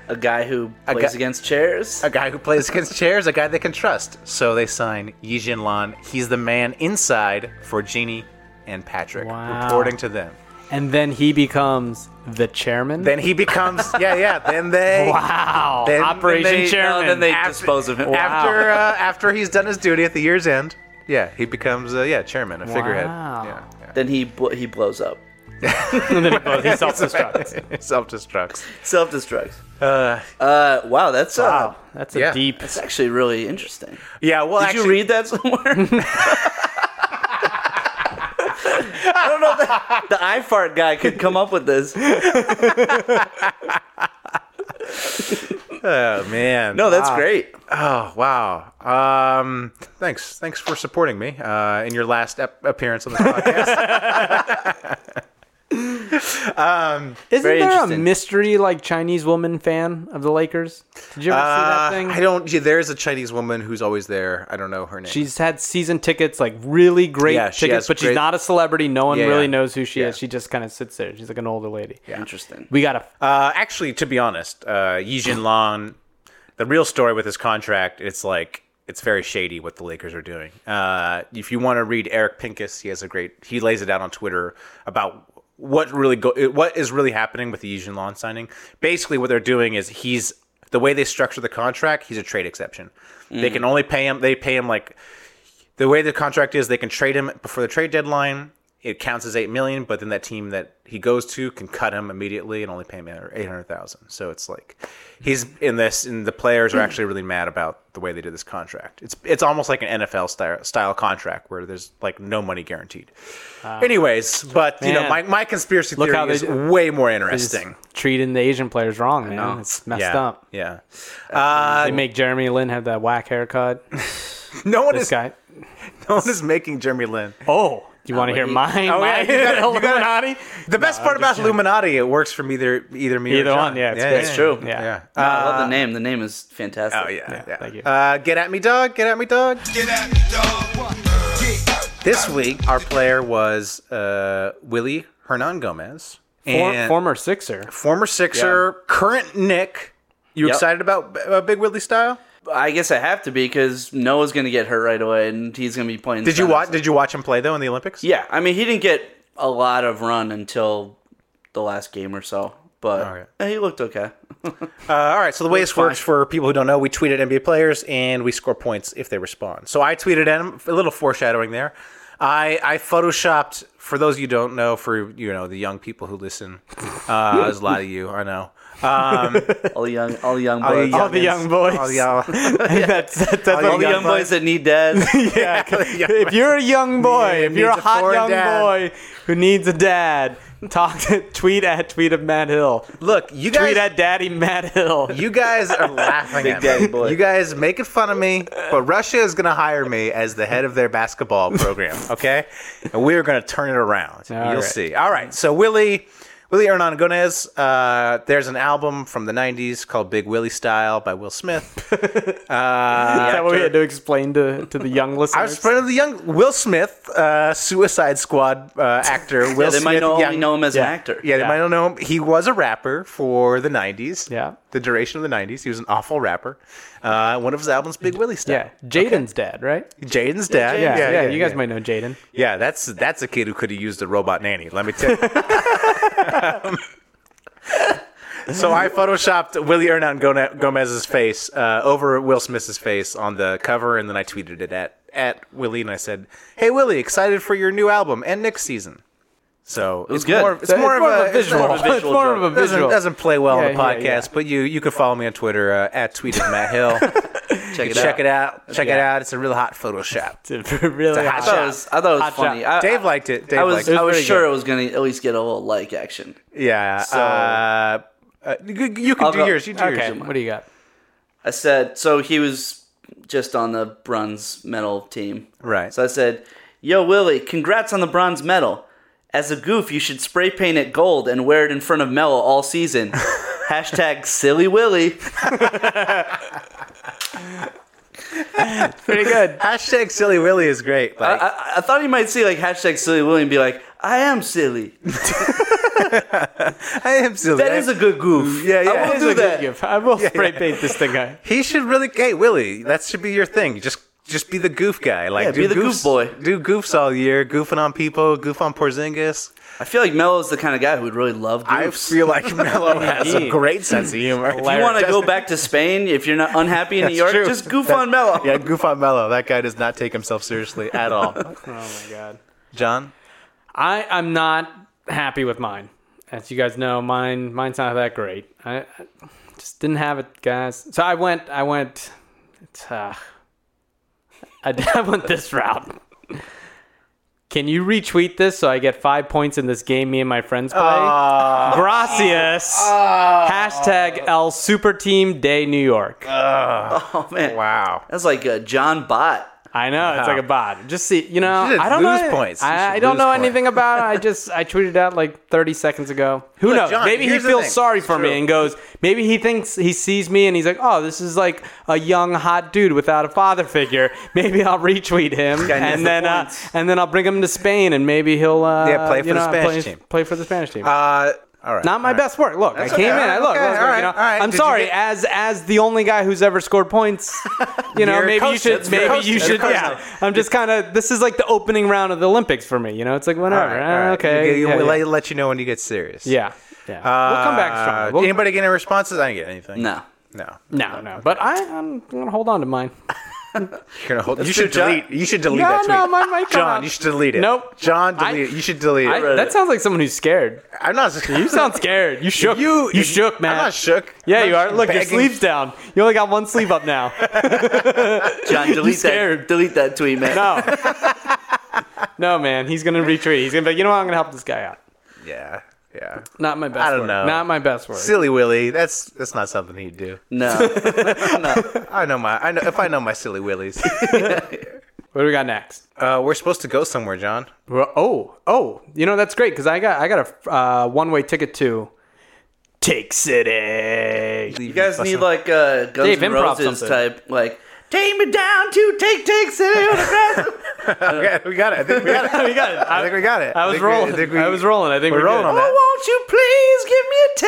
[SPEAKER 6] A guy who plays
[SPEAKER 4] guy-
[SPEAKER 6] against chairs.
[SPEAKER 4] A guy who plays against [LAUGHS] chairs, a guy they can trust. So they sign Yi Jin Lan. He's the man inside for Jeannie and Patrick,
[SPEAKER 5] Wow.
[SPEAKER 4] reporting to them.
[SPEAKER 5] And then he becomes the chairman.
[SPEAKER 4] Then he becomes,
[SPEAKER 5] [LAUGHS]
[SPEAKER 4] yeah, yeah. Then they,
[SPEAKER 5] wow.
[SPEAKER 4] then-
[SPEAKER 5] Operation
[SPEAKER 4] then they- no,
[SPEAKER 5] chairman.
[SPEAKER 6] then they dispose of him.
[SPEAKER 4] after uh, after he's done his duty at the year's end, yeah, he becomes, uh, yeah, chairman, a figurehead.
[SPEAKER 5] Wow.
[SPEAKER 4] Yeah, yeah.
[SPEAKER 6] Then he bl- he blows up.
[SPEAKER 5] and then he
[SPEAKER 4] [LAUGHS]
[SPEAKER 5] blows- he self-destructs.
[SPEAKER 4] self destructs.
[SPEAKER 6] Self destructs. Uh, uh, wow, that's uh,
[SPEAKER 5] That's a
[SPEAKER 4] Yeah.
[SPEAKER 5] deep.
[SPEAKER 6] that's actually really interesting.
[SPEAKER 4] Yeah, well,
[SPEAKER 6] Did
[SPEAKER 4] actually,
[SPEAKER 6] you read that somewhere? I [LAUGHS] don't know. If the, the eye fart guy could come up with this.
[SPEAKER 4] Oh man,
[SPEAKER 6] No, that's great.
[SPEAKER 4] Oh wow! Um, thanks, thanks for supporting me uh, in your last ep- appearance [LAUGHS] on this podcast.
[SPEAKER 5] Isn't
[SPEAKER 6] Very
[SPEAKER 5] there a
[SPEAKER 6] interesting.
[SPEAKER 5] mystery like Chinese woman fan of the Lakers? Did you ever see that
[SPEAKER 4] Uh,
[SPEAKER 5] thing?
[SPEAKER 4] I don't. yeah, There's a Chinese woman who's always there. I don't know her name.
[SPEAKER 5] She's had season tickets, like really great
[SPEAKER 4] Yeah, she
[SPEAKER 5] tickets,
[SPEAKER 4] has
[SPEAKER 5] but she's
[SPEAKER 4] great-
[SPEAKER 5] not a celebrity. No one
[SPEAKER 4] Yeah,
[SPEAKER 5] really
[SPEAKER 4] yeah.
[SPEAKER 5] knows who she
[SPEAKER 4] Yeah.
[SPEAKER 5] is. She just kind of sits there. She's like an older lady.
[SPEAKER 6] Interesting.
[SPEAKER 5] We got to.
[SPEAKER 4] uh, actually, to be honest, uh, Yi Lan, the real story with his contract, it's like it's very shady what the Lakers are doing. Uh, if you want to read Eric Pincus, he has a great. He lays it out on Twitter about what really go what is really happening with the Yi Lan signing. Basically, what they're doing is he's the way they structure the contract. He's a trade exception. They can only pay him. They pay him like the way the contract is they can trade him before the trade deadline it counts as 8 million but then that team that he goes to can cut him immediately and only pay him 800000 so it's like he's in this and the players are actually really mad about the way they did this contract it's it's almost like an nfl style, style contract where there's like no money guaranteed anyways but you know
[SPEAKER 5] Man.
[SPEAKER 4] my, my conspiracy theory
[SPEAKER 5] how they
[SPEAKER 4] is
[SPEAKER 5] d-
[SPEAKER 4] way more
[SPEAKER 5] Just
[SPEAKER 4] interesting
[SPEAKER 5] treating the Asian players wrong, man. It's messed
[SPEAKER 4] yeah
[SPEAKER 5] up.
[SPEAKER 4] yeah uh,
[SPEAKER 5] They make Jeremy Lin have that whack haircut.
[SPEAKER 4] no one
[SPEAKER 5] This
[SPEAKER 4] is [LAUGHS]
[SPEAKER 5] guy.
[SPEAKER 4] no one is making jeremy lin
[SPEAKER 5] Oh, you want to hear
[SPEAKER 6] he-
[SPEAKER 5] mine?
[SPEAKER 4] Oh,
[SPEAKER 5] [LAUGHS] mine?
[SPEAKER 4] yeah. You gotta-
[SPEAKER 5] Illuminati?
[SPEAKER 4] The best part about Illuminati, it works from either either me
[SPEAKER 5] Either
[SPEAKER 4] or John.
[SPEAKER 5] one, yeah, it's great.
[SPEAKER 6] That's true.
[SPEAKER 5] Yeah.
[SPEAKER 4] Yeah.
[SPEAKER 6] No, I love the name. The name is fantastic.
[SPEAKER 4] Uh, Oh yeah, yeah.
[SPEAKER 5] thank you.
[SPEAKER 4] Uh, get at me, dog. Get at me, dog.
[SPEAKER 7] Get at me, dog.
[SPEAKER 4] This week, our player was uh, Willie Hernan Gomez,
[SPEAKER 5] For,
[SPEAKER 4] and
[SPEAKER 5] former Sixer.
[SPEAKER 4] former Sixer, current Nick. You
[SPEAKER 6] Yep.
[SPEAKER 4] excited about uh, Big Willie style?
[SPEAKER 6] I guess I have to be because Noah's going to get hurt right away, and he's going to be playing.
[SPEAKER 4] Did you
[SPEAKER 6] center,
[SPEAKER 4] watch?
[SPEAKER 6] so-
[SPEAKER 4] Did you watch him play though in the Olympics?
[SPEAKER 6] Yeah, I mean, he didn't get a lot of run until the last game or so, but
[SPEAKER 4] All right.
[SPEAKER 6] eh, he looked okay. [LAUGHS]
[SPEAKER 4] Uh, all right. So the way this works for people who don't know, we tweet at NBA players and we score points if they respond. So I tweeted at him. A little foreshadowing there. I I photoshopped for those you don't know, for you know the young people who listen. Uh, [LAUGHS] there's a lot of you, I know.
[SPEAKER 6] All the young, all the young boys,
[SPEAKER 4] the young-
[SPEAKER 5] All the young boys.
[SPEAKER 4] All [LAUGHS] y'all.
[SPEAKER 5] that's that's, that's
[SPEAKER 6] all the young boys that
[SPEAKER 4] [LAUGHS]
[SPEAKER 6] need dads.
[SPEAKER 5] Yeah.
[SPEAKER 4] young
[SPEAKER 5] [LAUGHS] if you're a young boy, if you're
[SPEAKER 4] needs
[SPEAKER 5] a
[SPEAKER 4] a
[SPEAKER 5] hot
[SPEAKER 4] foreign
[SPEAKER 5] young
[SPEAKER 4] dad.
[SPEAKER 5] boy who needs a dad, talk to tweet at tweet of Matt Hill.
[SPEAKER 4] Look, you guys.
[SPEAKER 5] Tweet at Daddy Matt [LAUGHS] Hill.
[SPEAKER 4] You guys
[SPEAKER 6] [LAUGHS]
[SPEAKER 4] are laughing at me. You guys making fun of me, but Russia is going to hire me as the head of their
[SPEAKER 6] [LAUGHS]
[SPEAKER 4] basketball program, okay? And we're going to turn it around. You'll
[SPEAKER 5] right.
[SPEAKER 4] see. All right. So Willie Willie Hernan Gomez. Uh, there's an album from the '90s called Big Willie Style by Will Smith.
[SPEAKER 5] Is that what we had to explain to, to the [LAUGHS] young listeners?
[SPEAKER 4] I was friend of the young Will Smith, uh, Suicide Squad uh, actor. Will
[SPEAKER 6] [LAUGHS] yeah, they
[SPEAKER 4] Smith,
[SPEAKER 6] might know, only
[SPEAKER 4] young-
[SPEAKER 6] know him as an
[SPEAKER 5] Yeah.
[SPEAKER 6] actor.
[SPEAKER 4] Yeah, they
[SPEAKER 5] Yeah.
[SPEAKER 4] might not know him. He was a rapper for the '90s.
[SPEAKER 5] Yeah.
[SPEAKER 4] the duration of the '90s. He was an awful rapper. Uh, one of his albums, Big Willie
[SPEAKER 5] yeah,
[SPEAKER 4] Style.
[SPEAKER 5] Jaden's dad, right?
[SPEAKER 4] Jaden's dad.
[SPEAKER 5] Yeah, yeah, you guys might know Jaden.
[SPEAKER 4] Yeah, that's that's a kid who could have used a robot nanny. Let me tell you. [LAUGHS] so I photoshopped Willie Hernan Gone- Gomez's face uh, over Will Smith's face on the cover, and then I tweeted it at at Willie, and I said, "Hey Willie, excited for your new album and next season." So it's
[SPEAKER 6] good.
[SPEAKER 4] More, of- it's,
[SPEAKER 5] It's
[SPEAKER 4] more of a
[SPEAKER 5] visual.
[SPEAKER 6] more of a visual
[SPEAKER 5] It's more of a
[SPEAKER 4] [LAUGHS]
[SPEAKER 6] joke.
[SPEAKER 4] It doesn't,
[SPEAKER 5] visual.
[SPEAKER 4] doesn't play well on
[SPEAKER 5] Yeah,
[SPEAKER 4] the
[SPEAKER 5] yeah,
[SPEAKER 4] podcast,
[SPEAKER 5] yeah.
[SPEAKER 4] but you you can follow me on Twitter uh, at tweeted Matt Hill.
[SPEAKER 6] [LAUGHS] check it
[SPEAKER 4] Check
[SPEAKER 6] out.
[SPEAKER 4] it out. Check it out. It's a real hot Photoshop.
[SPEAKER 5] It's a [LAUGHS] really
[SPEAKER 4] hot
[SPEAKER 6] I thought it was, I thought it was
[SPEAKER 5] Hot
[SPEAKER 6] funny.
[SPEAKER 5] shot.
[SPEAKER 6] I,
[SPEAKER 4] Dave liked it. Dave
[SPEAKER 6] I
[SPEAKER 4] liked
[SPEAKER 6] was,
[SPEAKER 4] it.
[SPEAKER 6] I was
[SPEAKER 5] very
[SPEAKER 6] sure it was going to at least get a little like action.
[SPEAKER 4] Yeah. uh, uh, you, you can
[SPEAKER 6] I'll
[SPEAKER 4] do
[SPEAKER 6] go-
[SPEAKER 4] yours. You do
[SPEAKER 5] Okay,
[SPEAKER 4] yours.
[SPEAKER 5] what do you got?
[SPEAKER 6] I said, so he was just on the bronze medal team.
[SPEAKER 4] Right.
[SPEAKER 6] So I said, Yo, Willie, congrats on the bronze medal. As a goof, you should spray paint it gold and wear it in front of Mello all season. Hashtag silly Willie.
[SPEAKER 5] Pretty
[SPEAKER 4] [LAUGHS]
[SPEAKER 5] good.
[SPEAKER 4] Hashtag Silly Willy is great. Like,
[SPEAKER 6] I, I thought he might see like hashtag silly Willie and be like, I am silly.
[SPEAKER 4] I am silly.
[SPEAKER 6] That is a good goof.
[SPEAKER 4] Yeah, yeah.
[SPEAKER 6] I
[SPEAKER 4] That
[SPEAKER 6] will
[SPEAKER 4] is
[SPEAKER 6] do
[SPEAKER 5] a good
[SPEAKER 6] that.
[SPEAKER 5] gift. I [LAUGHS] will spray paint this thing. I,
[SPEAKER 4] he should really. Hey, Willie, that should be your thing. Just just be the goof guy. Like,
[SPEAKER 6] Yeah,
[SPEAKER 4] do
[SPEAKER 6] be the goof
[SPEAKER 4] goofs-
[SPEAKER 6] boy.
[SPEAKER 4] Do goofs all year. Goofing on people. Goof on Porzingis.
[SPEAKER 6] I feel like Melo's the kind of guy who would really love goofs.
[SPEAKER 4] I feel [LAUGHS] like Mello has a great sense of humor.
[SPEAKER 6] if you want to go back to Spain, if you're not unhappy
[SPEAKER 4] [LAUGHS]
[SPEAKER 6] in New York,
[SPEAKER 4] true.
[SPEAKER 6] just goof on Mello.
[SPEAKER 4] [LAUGHS] Yeah, goof on Mello. That guy does not take himself seriously at all.
[SPEAKER 5] oh my god.
[SPEAKER 4] John.
[SPEAKER 5] I I'm not happy with mine. As you guys know, mine mine's not that great. I, I just didn't have it, guys. So I went I went it's, uh, [LAUGHS] I, did- I [LAUGHS] went this route. Can you retweet this so I get five points in this game me and my friends play? Gracias. Hashtag El Super Team Day New York.
[SPEAKER 6] Oh man,
[SPEAKER 4] Wow.
[SPEAKER 6] that's like a John Bot.
[SPEAKER 5] I know it's like a bot. Just see, you know,
[SPEAKER 4] You should
[SPEAKER 5] I don't
[SPEAKER 4] lose
[SPEAKER 5] know.
[SPEAKER 4] points. You
[SPEAKER 5] I,
[SPEAKER 4] should
[SPEAKER 5] I don't
[SPEAKER 4] lose
[SPEAKER 5] know
[SPEAKER 4] points.
[SPEAKER 5] anything about
[SPEAKER 4] [LAUGHS]
[SPEAKER 5] it. I just I tweeted out like 30 seconds ago. Who
[SPEAKER 4] Look,
[SPEAKER 5] knows?
[SPEAKER 4] John,
[SPEAKER 5] maybe he
[SPEAKER 4] here's the
[SPEAKER 5] feels
[SPEAKER 4] thing.
[SPEAKER 5] sorry
[SPEAKER 4] It's
[SPEAKER 5] for
[SPEAKER 4] true.
[SPEAKER 5] me and goes. Maybe he thinks he sees me and he's like, oh, this is like a young hot dude without a father figure. Maybe I'll retweet him
[SPEAKER 6] guy needs
[SPEAKER 5] and
[SPEAKER 6] the
[SPEAKER 5] then uh,
[SPEAKER 6] points.
[SPEAKER 5] and then I'll bring him to Spain and maybe he'll uh,
[SPEAKER 4] Yeah, play
[SPEAKER 5] you
[SPEAKER 4] for the
[SPEAKER 5] know,
[SPEAKER 4] Spanish
[SPEAKER 5] play,
[SPEAKER 4] team.
[SPEAKER 5] play for the Spanish team.
[SPEAKER 4] Uh, all right.
[SPEAKER 5] Not my
[SPEAKER 4] all right.
[SPEAKER 5] best work. Look, I
[SPEAKER 4] okay,
[SPEAKER 5] came in. I
[SPEAKER 4] all
[SPEAKER 5] look.
[SPEAKER 4] right,
[SPEAKER 5] look,
[SPEAKER 4] all
[SPEAKER 5] you know,
[SPEAKER 4] right, all right.
[SPEAKER 5] I'm
[SPEAKER 4] Did you
[SPEAKER 5] sorry.
[SPEAKER 4] get-
[SPEAKER 5] as as the only guy who's ever
[SPEAKER 4] [LAUGHS]
[SPEAKER 5] scored points, you know,
[SPEAKER 4] You're
[SPEAKER 5] maybe you
[SPEAKER 4] coached.
[SPEAKER 5] should.
[SPEAKER 4] That's
[SPEAKER 5] maybe
[SPEAKER 4] coached.
[SPEAKER 5] you
[SPEAKER 4] You're
[SPEAKER 5] should.
[SPEAKER 4] coached.
[SPEAKER 5] Yeah. I'm just kind of. This is like the opening round of the Olympics for me. You know, it's like
[SPEAKER 4] All right,
[SPEAKER 5] whatever. eh,
[SPEAKER 4] all right.
[SPEAKER 5] Okay.
[SPEAKER 4] You-
[SPEAKER 5] yeah,
[SPEAKER 4] we'll
[SPEAKER 5] yeah.
[SPEAKER 4] let- let you know when you get serious.
[SPEAKER 5] yeah. Yeah. we'll come back
[SPEAKER 4] Uh,
[SPEAKER 5] strong. We'll,
[SPEAKER 4] anybody get any responses? I didn't get anything.
[SPEAKER 6] No,
[SPEAKER 4] No.
[SPEAKER 5] no, no. But I, I'm gonna hold on to mine.
[SPEAKER 4] You're gonna hold, you
[SPEAKER 6] That's
[SPEAKER 4] should
[SPEAKER 6] good, John.
[SPEAKER 4] delete. You should delete
[SPEAKER 5] No,
[SPEAKER 4] that tweet.
[SPEAKER 5] no, mine might come
[SPEAKER 4] John,
[SPEAKER 5] out.
[SPEAKER 4] you should delete it.
[SPEAKER 5] Nope.
[SPEAKER 4] John,
[SPEAKER 5] I-
[SPEAKER 4] delete. it. you should delete
[SPEAKER 5] I,
[SPEAKER 4] it.
[SPEAKER 5] that sounds like someone who's scared.
[SPEAKER 4] I, am not.
[SPEAKER 5] [LAUGHS]
[SPEAKER 4] [LAUGHS]
[SPEAKER 5] You sound scared. You shook.
[SPEAKER 4] You-
[SPEAKER 5] You, shook, man.
[SPEAKER 4] I'm not shook.
[SPEAKER 5] Yeah,
[SPEAKER 4] I'm
[SPEAKER 5] you
[SPEAKER 4] not
[SPEAKER 5] are. Look, your
[SPEAKER 4] begging.
[SPEAKER 5] sleeve's down. You only got one sleeve
[SPEAKER 4] [LAUGHS]
[SPEAKER 5] up now.
[SPEAKER 6] [LAUGHS] John, delete that.
[SPEAKER 5] scared.
[SPEAKER 6] Delete that tweet, man.
[SPEAKER 5] No. no, man. He's going to retreat. He's going to be like, you know what? I'm going to help this guy out.
[SPEAKER 4] Yeah, yeah.
[SPEAKER 5] Not my best
[SPEAKER 4] I don't
[SPEAKER 5] work.
[SPEAKER 4] know.
[SPEAKER 5] Not my best work.
[SPEAKER 4] Silly Willy. That's that's not something he'd do. [LAUGHS]
[SPEAKER 6] no. no.
[SPEAKER 4] I know my. I know if I know my silly
[SPEAKER 5] [LAUGHS]
[SPEAKER 4] willies.
[SPEAKER 5] What do we got next?
[SPEAKER 4] uh, we're supposed to go somewhere, John.
[SPEAKER 5] Well, Oh, oh. You know, that's great because I got, I got a uh, one way ticket to Take City.
[SPEAKER 6] You guys need like uh, Guns
[SPEAKER 5] Dave,
[SPEAKER 6] N'
[SPEAKER 5] improv
[SPEAKER 6] Roses
[SPEAKER 5] something.
[SPEAKER 6] type, like take me down to take take city on the
[SPEAKER 4] [LAUGHS]
[SPEAKER 6] grass. uh,
[SPEAKER 4] Okay, we got it. I think we got
[SPEAKER 6] [LAUGHS]
[SPEAKER 4] it.
[SPEAKER 5] we got it.
[SPEAKER 4] I think we got it.
[SPEAKER 5] I was
[SPEAKER 4] think we-
[SPEAKER 5] rolling. I,
[SPEAKER 4] think we-
[SPEAKER 5] was rolling. I think
[SPEAKER 4] We're
[SPEAKER 5] we're
[SPEAKER 4] rolling on
[SPEAKER 5] good.
[SPEAKER 6] Oh,
[SPEAKER 4] that.
[SPEAKER 6] won't you
[SPEAKER 4] [LAUGHS]
[SPEAKER 6] please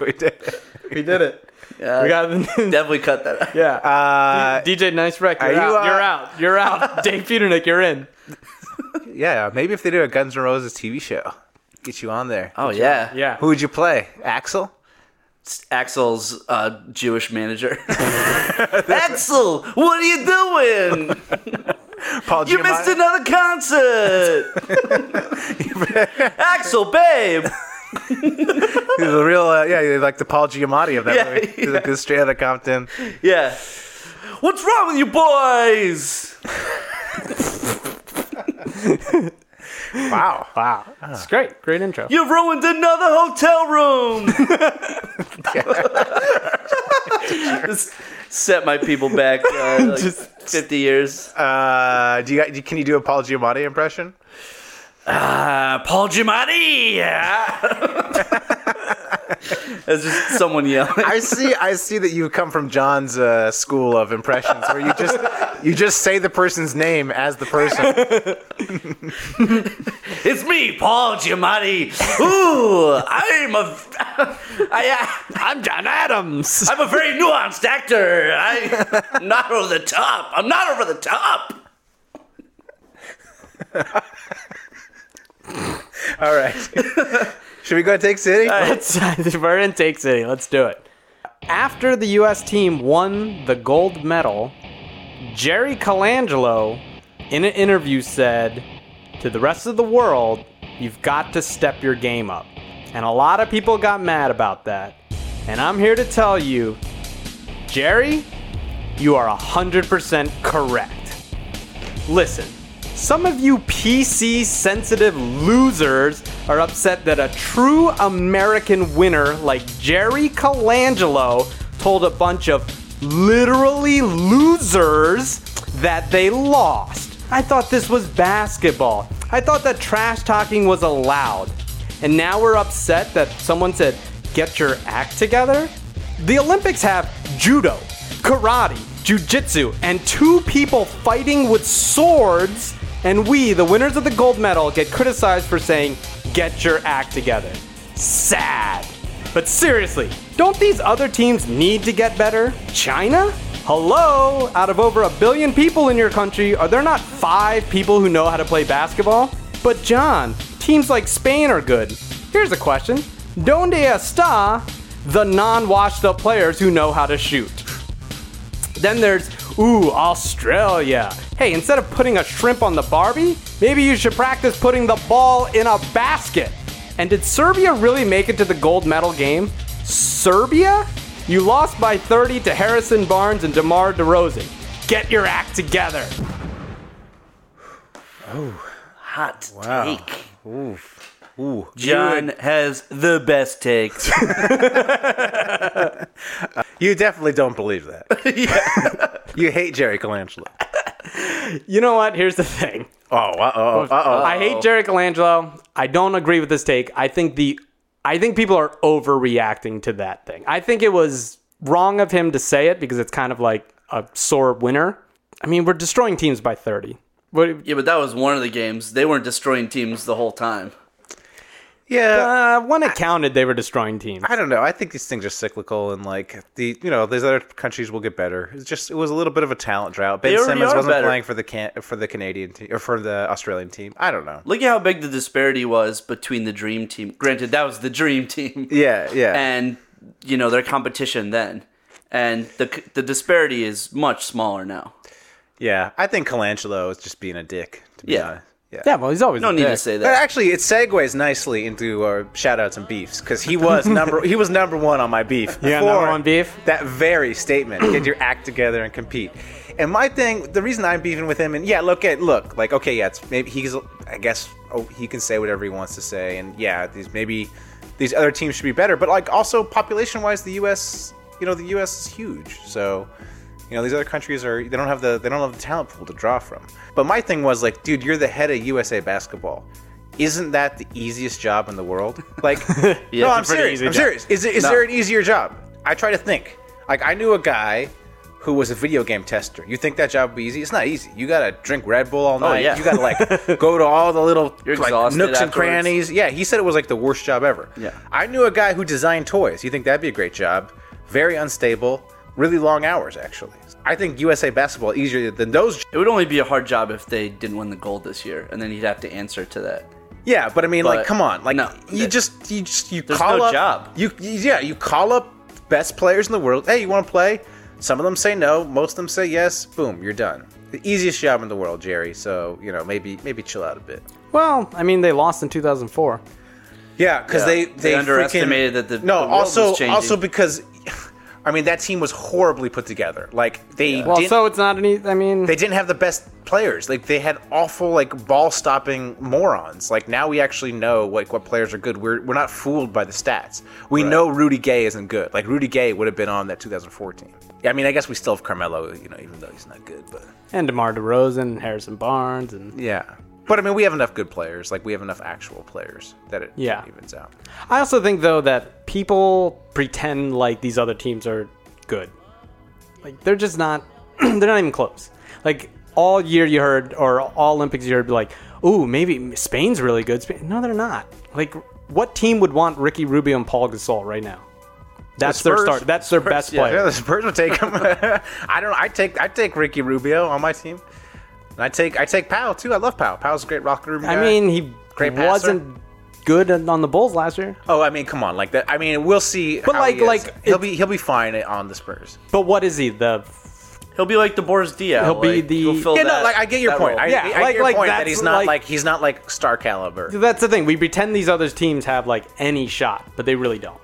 [SPEAKER 4] We did. it.
[SPEAKER 5] We did it.
[SPEAKER 6] give me a taste?
[SPEAKER 5] We got the.
[SPEAKER 6] Definitely cut that.
[SPEAKER 5] [LAUGHS]
[SPEAKER 6] Out.
[SPEAKER 5] yeah.
[SPEAKER 4] Uh,
[SPEAKER 5] DJ Nice Wreck. You're,
[SPEAKER 4] you,
[SPEAKER 5] out.
[SPEAKER 4] uh,
[SPEAKER 5] you're out. You're out. [LAUGHS] Dave Peternick, you're in.
[SPEAKER 4] yeah, maybe if they do a Guns N' Roses TV show, get you on there.
[SPEAKER 6] Oh yeah.
[SPEAKER 5] Yeah.
[SPEAKER 4] Who would you play? [LAUGHS] Axel.
[SPEAKER 6] It's Axel's uh, Jewish [LAUGHS] manager. Axel, what are you doing?
[SPEAKER 4] Paul
[SPEAKER 6] [LAUGHS] You missed another concert. [LAUGHS] Axel, babe.
[SPEAKER 4] He's a real, uh, yeah, like the Paul Giamatti of that
[SPEAKER 6] Yeah,
[SPEAKER 4] movie. He's like
[SPEAKER 6] yeah.
[SPEAKER 4] the straight out of Compton.
[SPEAKER 6] Yeah. What's wrong with you boys?
[SPEAKER 4] Wow.
[SPEAKER 5] Wow. It's great. Great intro.
[SPEAKER 6] You ruined another hotel [LAUGHS] room. Just set my people back [LAUGHS] uh, like 50 years.
[SPEAKER 4] Uh, do you, got- can you do a Paul Giamatti impression?
[SPEAKER 6] ah, Paul Giamatti. [LAUGHS] That's just someone yelling.
[SPEAKER 4] I see. I see that you come from John's uh, school of impressions, where you just you just say the person's name as the person.
[SPEAKER 6] It's me, Paul Giamatti. Ooh, I'm a, [LAUGHS] I, uh,
[SPEAKER 5] I'm John Adams.
[SPEAKER 6] I'm a very nuanced actor. I,
[SPEAKER 5] [LAUGHS]
[SPEAKER 6] I'm not over the top. I'm not over the top.
[SPEAKER 4] All right. [LAUGHS] Should we go to Take City?
[SPEAKER 5] [LAUGHS] Let's, if we're in Take City, let's do it. After the U.S. team won the gold medal, Jerry Colangelo, in an interview, said to the rest of the world, You've got to step your game up. And a lot of people got mad about that. And I'm here to tell you, Jerry, you are 100% correct. Listen, some of you PC sensitive losers are upset that a true American winner like Jerry Colangelo told a bunch of literally losers that they lost. I thought this was basketball. I thought that trash talking was allowed. And now we're upset that someone said, get your act together? The Olympics have judo, karate, jujitsu, and two people fighting with swords, and we, the winners of the gold medal, get criticized for saying, get your act together. Sad. But seriously, don't these other teams need to get better? China? Hello? Out of over a billion people in your country, are there not five people who know how to play basketball? But John, teams like Spain are good. Here's a question Donde está the non washed up players who know how to shoot? Then there's, ooh, Australia. Hey, instead of putting a shrimp on the Barbie, maybe you should practice putting the ball in a basket. And did Serbia really make it to the gold medal game? Serbia? You lost by 30 to Harrison Barnes and DeMar DeRozan. Get your act together.
[SPEAKER 6] Hot take. John has the
[SPEAKER 5] [LAUGHS]
[SPEAKER 6] best takes.
[SPEAKER 4] You definitely don't believe [LAUGHS] that. you hate Jerry Colangelo.
[SPEAKER 5] You know what? Here's the [LAUGHS] thing.
[SPEAKER 4] Oh, uh oh, uh oh.
[SPEAKER 5] I hate Jerry Colangelo. I don't agree with this take. I think the I think people are overreacting to that thing. I think it was wrong of him to say it because it's kind of like a sore winner. I mean, we're destroying teams by 30. What,
[SPEAKER 6] yeah, but that was one of the games. They weren't destroying teams the whole time.
[SPEAKER 4] Yeah.
[SPEAKER 5] uh, when it counted, they were destroying teams.
[SPEAKER 4] I don't know. I think these things are cyclical, and like the you know, these other countries will get better. It's just it was a little bit of a talent drought. Ben
[SPEAKER 6] They already
[SPEAKER 4] Simmons
[SPEAKER 6] are
[SPEAKER 4] wasn't
[SPEAKER 6] better.
[SPEAKER 4] playing for the can- for the Canadian team or for the Australian team. I don't know.
[SPEAKER 6] Look at how big the disparity was between the Dream Team. Granted, that was the Dream Team.
[SPEAKER 4] Yeah, yeah.
[SPEAKER 6] And, you know, their competition then. And the, the disparity is much smaller now.
[SPEAKER 4] Yeah, I think Colangelo is just being a dick. To be
[SPEAKER 6] Yeah.
[SPEAKER 4] honest. yeah.
[SPEAKER 5] yeah, well, he's always
[SPEAKER 6] No
[SPEAKER 5] a
[SPEAKER 6] need to
[SPEAKER 5] dick.
[SPEAKER 6] say
[SPEAKER 4] But
[SPEAKER 6] that.
[SPEAKER 4] actually, it segues nicely into our shout-outs and beefs because he was number he was number one on my beef.
[SPEAKER 5] Yeah,
[SPEAKER 4] before
[SPEAKER 5] number one beef.
[SPEAKER 4] That very statement: get your act together and compete. And my thing, the reason I'm beefing with him, and yeah, look at look like okay, yeah, it's maybe he's I guess oh, he can say whatever he wants to say, and yeah, these maybe these other teams should be better, but like also population-wise, the U.S. you know the U.S. is huge, so you know, these other countries are they don't have the they don't have the talent pool to draw from. But my thing was like, dude, you're the head of USA basketball. Isn't that the easiest job in the
[SPEAKER 5] [LAUGHS]
[SPEAKER 4] world? Like, no, I'm
[SPEAKER 5] it's a pretty
[SPEAKER 4] serious.
[SPEAKER 5] easy
[SPEAKER 4] I'm
[SPEAKER 5] job.
[SPEAKER 4] serious. Is, it- is there an easier job? I try to think. Like, I knew a guy who was a video game tester. You think that job would be easy? It's not easy. You gotta drink Red Bull all
[SPEAKER 5] Oh,
[SPEAKER 4] night.
[SPEAKER 6] yeah.
[SPEAKER 4] You gotta like go to all the
[SPEAKER 5] [LAUGHS]
[SPEAKER 4] little
[SPEAKER 6] You're
[SPEAKER 4] like,
[SPEAKER 6] exhausted
[SPEAKER 4] nooks and
[SPEAKER 6] afterwards.
[SPEAKER 4] crannies. Yeah, he said it was like the worst job ever.
[SPEAKER 6] Yeah.
[SPEAKER 4] I knew a guy who designed toys. You think that'd be a great job? Very unstable, really long hours actually. I think USA basketball easier than those.
[SPEAKER 6] It would only be a hard job if they didn't win the gold this year. And then you'd have to answer to that.
[SPEAKER 4] Yeah, but I mean, like,
[SPEAKER 6] But-
[SPEAKER 4] come on, like,
[SPEAKER 6] no.
[SPEAKER 4] you just you just you
[SPEAKER 6] There's
[SPEAKER 4] call
[SPEAKER 6] no
[SPEAKER 4] up
[SPEAKER 6] job.
[SPEAKER 4] You you- yeah, you call up best players in the world. Hey, you want to play? Some of them say no, most of them say yes. Boom, you're done. The easiest job in the world, Jerry. So you know, maybe maybe chill out a bit.
[SPEAKER 5] Well, I mean, they lost in 2004.
[SPEAKER 4] Yeah, because
[SPEAKER 6] Yeah,
[SPEAKER 4] they,
[SPEAKER 6] they
[SPEAKER 4] they
[SPEAKER 6] underestimated
[SPEAKER 4] freaking-
[SPEAKER 6] that the-
[SPEAKER 4] no
[SPEAKER 6] the world
[SPEAKER 4] also
[SPEAKER 6] was changing.
[SPEAKER 4] also because [SIGHS] I mean that team was horribly put together. Like they
[SPEAKER 6] Uh,
[SPEAKER 5] Well,
[SPEAKER 4] didn't,
[SPEAKER 5] so it's not any. I mean,
[SPEAKER 4] they didn't have the best players. Like they had awful like ball stopping morons. Like now we actually know like what players are good. We're we're not fooled by the stats. We know Rudy Gay isn't good. Like Rudy Gay would have been on that 2014. Yeah, I mean I guess we still have Carmelo. You know even though he's not good, but
[SPEAKER 5] and DeMar DeRozan, and Harrison Barnes, and
[SPEAKER 4] yeah. But I mean, we have enough good players. Like we have enough actual players that it
[SPEAKER 5] Yeah.
[SPEAKER 4] evens out.
[SPEAKER 5] I also think though that people pretend like these other teams are good. Like they're just not. [CLEARS THROAT] they're not even close. Like all year you heard, or all Olympics you heard, like, "Ooh, maybe Spain's really good." Spain. No, they're not. Like, what team would want Ricky Rubio and Paul Gasol right now? That's their
[SPEAKER 4] Spurs.
[SPEAKER 5] start. That's their best
[SPEAKER 4] Yeah,
[SPEAKER 5] player.
[SPEAKER 4] the Spurs would take him. [LAUGHS] I don't. I take. I take Ricky Rubio on my team, and I take. I take Powell too. I love Powell. Powell's a great rock room.
[SPEAKER 5] I
[SPEAKER 4] guy.
[SPEAKER 5] mean, he
[SPEAKER 4] Great passer.
[SPEAKER 5] wasn't good on the Bulls last year.
[SPEAKER 4] oh, I mean, come on, like that. I mean, we'll see.
[SPEAKER 5] But
[SPEAKER 4] how
[SPEAKER 5] like-
[SPEAKER 4] he is.
[SPEAKER 5] like,
[SPEAKER 4] he'll
[SPEAKER 5] it-
[SPEAKER 4] be he'll be fine on the Spurs.
[SPEAKER 5] But what is he? The
[SPEAKER 6] He'll be like the Boris Diaw.
[SPEAKER 5] He'll be
[SPEAKER 6] like,
[SPEAKER 5] the-
[SPEAKER 6] he'll fill
[SPEAKER 4] Yeah,
[SPEAKER 6] that-
[SPEAKER 4] no, like I get your
[SPEAKER 6] that
[SPEAKER 4] point.
[SPEAKER 6] role.
[SPEAKER 4] I,
[SPEAKER 5] Yeah,
[SPEAKER 4] I
[SPEAKER 5] like-
[SPEAKER 4] get your
[SPEAKER 5] like,
[SPEAKER 4] point that
[SPEAKER 5] that's
[SPEAKER 4] he's not
[SPEAKER 5] like-
[SPEAKER 4] like, he's not like star caliber.
[SPEAKER 5] that's the thing. We pretend these other teams have like any shot, but they really don't.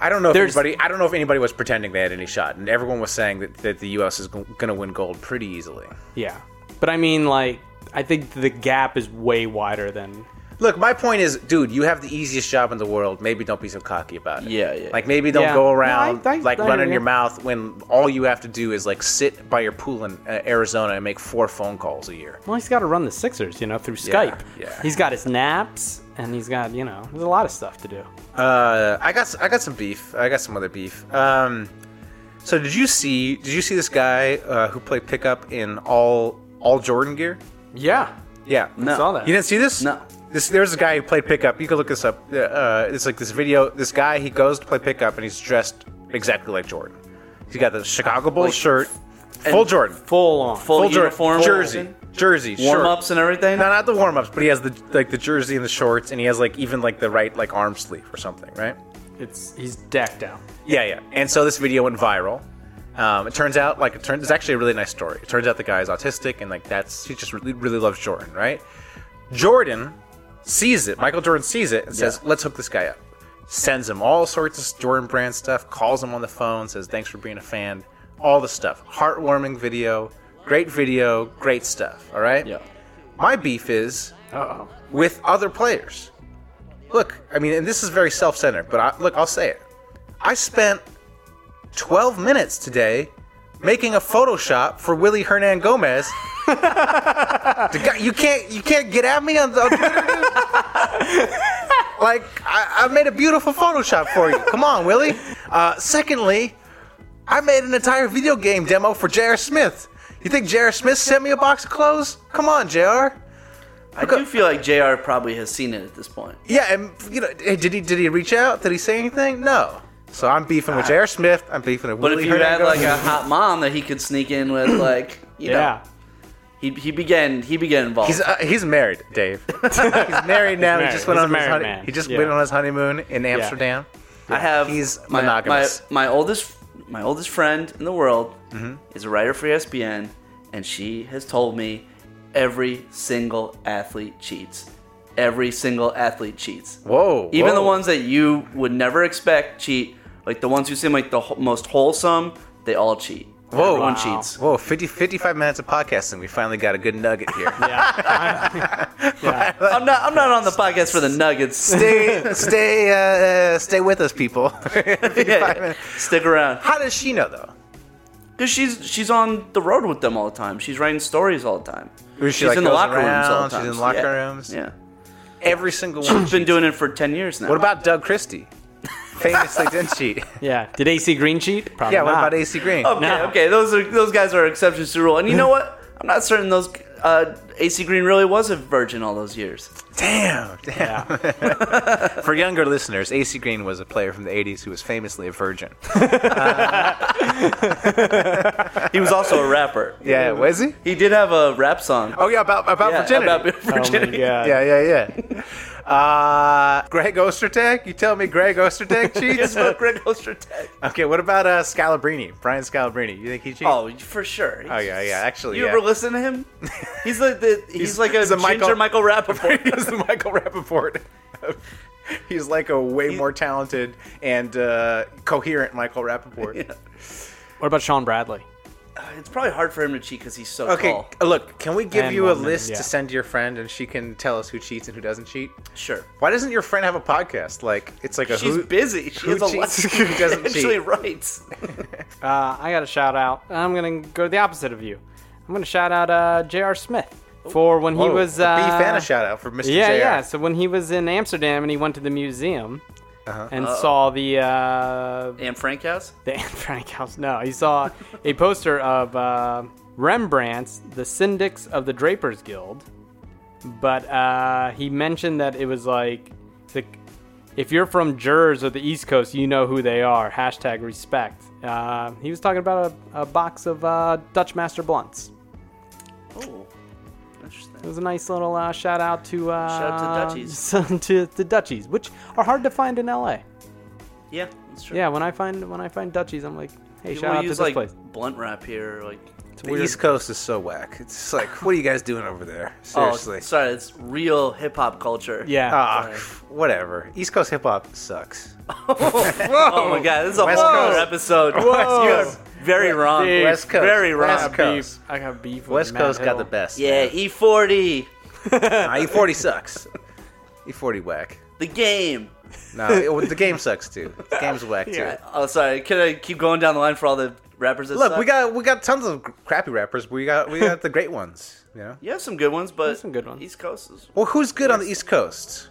[SPEAKER 4] I don't know if
[SPEAKER 5] there's-
[SPEAKER 4] anybody. I don't know if anybody was pretending they had any shot, and everyone was saying that, that the U.S. is going to win gold pretty easily.
[SPEAKER 5] Yeah. But I mean, like, I think the gap is way wider than.
[SPEAKER 4] Look, my point is, dude, you have the easiest job in the world. Maybe don't be so cocky about it.
[SPEAKER 6] Yeah, yeah.
[SPEAKER 4] Like maybe don't
[SPEAKER 5] Yeah.
[SPEAKER 4] go around
[SPEAKER 5] No, I- I-
[SPEAKER 4] like
[SPEAKER 5] I hear
[SPEAKER 4] running
[SPEAKER 5] you.
[SPEAKER 4] your mouth when all you have to do is like sit by your pool in uh, Arizona and make four phone calls a year.
[SPEAKER 5] Well, he's got to run the Sixers, you know, through
[SPEAKER 4] Yeah,
[SPEAKER 5] Skype.
[SPEAKER 4] yeah.
[SPEAKER 5] He's got his naps, and he's got, you know, there's a lot of stuff to do.
[SPEAKER 4] Uh, I got s- I got some beef. I got some other beef. Um, so did you see did you see this guy uh, who played pickup in all all Jordan gear?
[SPEAKER 5] Yeah.
[SPEAKER 4] Yeah,
[SPEAKER 6] No.
[SPEAKER 5] Saw that.
[SPEAKER 4] You didn't see this?
[SPEAKER 6] No.
[SPEAKER 4] This there's a guy who played pickup. You can look this up. Uh, Uh, it's like this video. This guy he goes to play pickup and he's dressed exactly like Jordan. He's got the Chicago Bulls shirt, full Jordan,
[SPEAKER 5] Full on.
[SPEAKER 6] full,
[SPEAKER 4] full
[SPEAKER 6] uniform,
[SPEAKER 4] Jordan, jersey, jersey, shirt.
[SPEAKER 6] warm ups and everything.
[SPEAKER 4] No, not the warm ups, but he has the like the jersey and the shorts, and he has like even like the right like arm sleeve or something, right?
[SPEAKER 5] It's He's decked out.
[SPEAKER 4] Yeah, yeah. And so this video went viral. Um, it turns out, like, it turns, it's actually a really nice story. It turns out the guy is autistic, and like that's he just really, really loves Jordan, right? Jordan sees it. Michael Jordan sees it and says, "Let's hook this guy up." Sends him all sorts of Jordan brand stuff. Calls him on the phone. Says, "Thanks for being a fan." All the stuff. Heartwarming video. Great video. Great stuff. All right.
[SPEAKER 6] Yeah.
[SPEAKER 4] My beef is
[SPEAKER 5] Uh oh.
[SPEAKER 4] with other players. Look, I mean, and this is very self-centered, but I, look, I'll say it. I spent 12 minutes today making a Photoshop for Willie Hernan Gomez. The guy- you can't, you can't get at me on the. on Twitter, dude. like, I, I made a beautiful Photoshop for you. Come on, Willie. Uh, secondly, I made an entire video game demo for J.R. Smith. You think J.R. Smith sent me a box of clothes? Come on, J.R.
[SPEAKER 6] I do feel like Jr. probably has seen it at this point.
[SPEAKER 4] Yeah, and you know, eh, did he did he reach out? Did he say anything? No. So I'm beefing with J.R. Smith. I'm beefing with.
[SPEAKER 6] But
[SPEAKER 4] Willie
[SPEAKER 6] if you had
[SPEAKER 4] Hernandez.
[SPEAKER 6] like a hot mom that he could sneak in with, like you know,
[SPEAKER 5] Yeah.
[SPEAKER 6] he he began he began involved.
[SPEAKER 4] he's uh, he's married, Dave. [LAUGHS] he's married now.
[SPEAKER 5] married.
[SPEAKER 4] He just went
[SPEAKER 5] He's a
[SPEAKER 4] on his
[SPEAKER 5] married
[SPEAKER 4] honey-
[SPEAKER 5] man.
[SPEAKER 4] he just
[SPEAKER 5] Yeah.
[SPEAKER 4] went on his honeymoon in Amsterdam.
[SPEAKER 6] I have
[SPEAKER 4] He's
[SPEAKER 6] my,
[SPEAKER 4] monogamous.
[SPEAKER 6] My, my oldest my oldest friend in the world
[SPEAKER 4] Mm-hmm.
[SPEAKER 6] is a writer for E ESPN, and she has told me every single athlete cheats. Every single athlete cheats.
[SPEAKER 4] Whoa,
[SPEAKER 6] Even the
[SPEAKER 4] whoa.
[SPEAKER 6] ones that you would never expect cheat, like the ones who seem like the wh- most wholesome, they all cheat.
[SPEAKER 4] Whoa.
[SPEAKER 6] Everyone
[SPEAKER 4] Wow.
[SPEAKER 6] cheats.
[SPEAKER 4] Whoa, 50, 55 minutes of podcasting. We finally got a good nugget
[SPEAKER 5] [LAUGHS]
[SPEAKER 4] here.
[SPEAKER 6] I'm not. I'm not
[SPEAKER 4] [LAUGHS]
[SPEAKER 6] on the podcast for the nuggets. [LAUGHS]
[SPEAKER 4] Stay, stay, uh, uh, stay with us, people. [LAUGHS] 55 minutes.
[SPEAKER 6] Stick around.
[SPEAKER 4] How does she know though?
[SPEAKER 6] Cause she's she's on the road with them all the time. She's writing stories all the time.
[SPEAKER 4] Or she,
[SPEAKER 6] she's
[SPEAKER 4] like,
[SPEAKER 6] in the
[SPEAKER 4] goes
[SPEAKER 6] locker rooms all the
[SPEAKER 4] around,
[SPEAKER 6] time.
[SPEAKER 4] she's in locker
[SPEAKER 6] Yeah.
[SPEAKER 4] rooms.
[SPEAKER 6] Yeah,
[SPEAKER 4] Every single one. [CLEARS THROAT]
[SPEAKER 6] [CLEARS THROAT] she's been doing it for ten years now.
[SPEAKER 4] what about Doug [LAUGHS] Christie? Famously didn't she?
[SPEAKER 5] Yeah. Did AC Green cheat? Probably
[SPEAKER 4] Yeah. What
[SPEAKER 5] not.
[SPEAKER 4] about AC Green?
[SPEAKER 6] Okay, okay, those are those guys are exceptions to the rule. And you know what? I'm not certain those uh, AC Green really was a virgin all those years.
[SPEAKER 4] Damn, damn. [LAUGHS] For younger listeners, AC Green was a player from the 80s who was famously a virgin.
[SPEAKER 6] He was also a rapper.
[SPEAKER 4] Yeah, was he?
[SPEAKER 6] He did have a rap song.
[SPEAKER 4] Oh, yeah, about, about
[SPEAKER 6] Yeah,
[SPEAKER 4] virginity.
[SPEAKER 6] about being
[SPEAKER 5] Oh my
[SPEAKER 6] [LAUGHS] virginity.
[SPEAKER 4] [LAUGHS]
[SPEAKER 5] God.
[SPEAKER 4] yeah, yeah, yeah. Uh, Greg Ostertag? You tell me Greg [LAUGHS] Ostertag
[SPEAKER 6] It's
[SPEAKER 4] cheats?
[SPEAKER 6] about Greg Ostertag.
[SPEAKER 4] okay, what about uh, Scalabrini? Brian Scalabrini. You think he cheats?
[SPEAKER 6] Oh, for sure.
[SPEAKER 4] [LAUGHS] Oh, yeah, yeah, actually,
[SPEAKER 6] you
[SPEAKER 4] yeah.
[SPEAKER 6] ever listen
[SPEAKER 4] [LAUGHS]
[SPEAKER 6] to him? He's like the he's, like a
[SPEAKER 4] he's a Michael-
[SPEAKER 6] ginger Michael, Rapaport.
[SPEAKER 4] [LAUGHS] [LAUGHS] He's the Michael Rappaport. [LAUGHS] He's like a way more talented and uh, coherent Michael [LAUGHS] Rappaport.
[SPEAKER 5] What about Sean Bradley?
[SPEAKER 6] It's probably hard for him to cheat because he's so
[SPEAKER 4] Okay,
[SPEAKER 6] tall.
[SPEAKER 4] look, can we give
[SPEAKER 5] And
[SPEAKER 4] you a
[SPEAKER 5] one minute,
[SPEAKER 4] list
[SPEAKER 5] yeah.
[SPEAKER 4] to send to your friend and she can tell us who cheats and who doesn't cheat?
[SPEAKER 6] Sure.
[SPEAKER 4] Why doesn't your friend have a podcast? Like it's like a
[SPEAKER 6] She's
[SPEAKER 4] who,
[SPEAKER 6] busy. She
[SPEAKER 4] who
[SPEAKER 6] has a lot.
[SPEAKER 4] cheats,
[SPEAKER 6] She
[SPEAKER 4] who [LAUGHS] doesn't
[SPEAKER 6] actually
[SPEAKER 4] cheat.
[SPEAKER 6] writes.
[SPEAKER 5] Uh, I got a shout out. I'm going to go the opposite of you. I'm going to shout out uh, J.R. Smith. for when he was. Uh,
[SPEAKER 4] B fan Oh, a shout out for Mr.
[SPEAKER 5] Yeah,
[SPEAKER 4] JR.
[SPEAKER 5] yeah. So when he was in Amsterdam and he went to the museum and saw the uh,
[SPEAKER 6] And Frank House?
[SPEAKER 5] the [LAUGHS] Anne Frank house. No, he saw a poster of uh, Rembrandt's "The Syndics of the Drapers Guild," but uh, he mentioned that it was like, the, if you're from Jers or the East Coast, you know who they are. Hashtag respect. Uh, he was talking about a, a box of uh, Dutch Master blunts.
[SPEAKER 6] Oh,
[SPEAKER 5] It
[SPEAKER 6] interesting.
[SPEAKER 5] was a nice little uh, shout out to uh,
[SPEAKER 6] Shout out to
[SPEAKER 5] [LAUGHS]
[SPEAKER 6] Dutchies.
[SPEAKER 5] some- to the Dutchies, which are hard to find in LA.
[SPEAKER 6] Yeah, that's true.
[SPEAKER 5] Yeah, when I find when I find Dutchies, I'm like, hey,
[SPEAKER 6] People
[SPEAKER 5] shout out to
[SPEAKER 6] use
[SPEAKER 5] this
[SPEAKER 6] like
[SPEAKER 5] place.
[SPEAKER 6] blunt wrap here. Like,
[SPEAKER 5] It's
[SPEAKER 4] The
[SPEAKER 5] weird.
[SPEAKER 4] East Coast is so whack. It's just like, what are you guys doing over there?
[SPEAKER 6] oh,
[SPEAKER 4] Seriously.
[SPEAKER 6] sorry, it's real hip hop culture.
[SPEAKER 5] yeah.
[SPEAKER 4] Ah, pff, whatever. East Coast hip hop sucks.
[SPEAKER 6] Oh my god, this is a
[SPEAKER 4] West
[SPEAKER 6] whole other
[SPEAKER 4] Coast.
[SPEAKER 6] episode. You are very wrong.
[SPEAKER 5] Dude.
[SPEAKER 4] West Coast.
[SPEAKER 6] Very
[SPEAKER 5] I
[SPEAKER 6] wrong.
[SPEAKER 5] got
[SPEAKER 4] West Coast.
[SPEAKER 5] beef. I got beef. With
[SPEAKER 4] West
[SPEAKER 5] Matt
[SPEAKER 4] Coast got
[SPEAKER 5] Hill.
[SPEAKER 4] the best.
[SPEAKER 6] Yeah, E E40,
[SPEAKER 4] [LAUGHS] Nah, E40 sucks. [LAUGHS] E40 whack.
[SPEAKER 6] the game.
[SPEAKER 4] No, it- the game sucks too. The game's whack too.
[SPEAKER 6] Oh, sorry. Can I keep going down the line for all the rappers? That
[SPEAKER 4] Look,
[SPEAKER 6] suck?
[SPEAKER 4] we got we got tons of crappy rappers. But we got we got the great ones. You know.
[SPEAKER 6] You have some good ones, but
[SPEAKER 5] There's some good ones.
[SPEAKER 6] East Coast is
[SPEAKER 4] Well, who's good on the East Coast?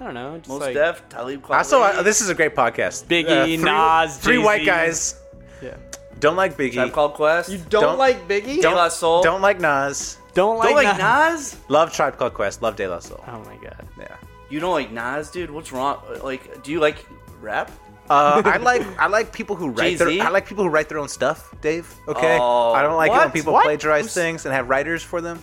[SPEAKER 5] I don't know. Just
[SPEAKER 6] most
[SPEAKER 5] like,
[SPEAKER 6] deaf. Talib Kweli.
[SPEAKER 4] I saw uh, this is a great podcast. Uh,
[SPEAKER 5] Biggie,
[SPEAKER 4] three,
[SPEAKER 5] Nas,
[SPEAKER 4] three white
[SPEAKER 5] Jay-Z.
[SPEAKER 4] guys
[SPEAKER 5] Yeah.
[SPEAKER 4] don't like Biggie.
[SPEAKER 6] Tribe Called Quest. You
[SPEAKER 5] Don't,
[SPEAKER 4] Don't-
[SPEAKER 5] like Biggie.
[SPEAKER 6] De La Soul.
[SPEAKER 4] Don't like Nas.
[SPEAKER 5] Don't like,
[SPEAKER 6] don't like
[SPEAKER 5] Nas.
[SPEAKER 6] Nas.
[SPEAKER 4] Love Tribe Called Quest. Love De La Soul.
[SPEAKER 5] Oh my god.
[SPEAKER 4] Yeah.
[SPEAKER 6] You don't like Nas, dude. What's wrong? Like, do you like rap?
[SPEAKER 4] Uh, I like I like people who write
[SPEAKER 6] Jay-Z?
[SPEAKER 4] their I like people who write their own stuff, Dave. Okay.
[SPEAKER 6] Oh,
[SPEAKER 4] I don't like it when
[SPEAKER 6] what?
[SPEAKER 4] people
[SPEAKER 6] What?
[SPEAKER 4] plagiarize
[SPEAKER 6] Who's-
[SPEAKER 4] things and have writers for them.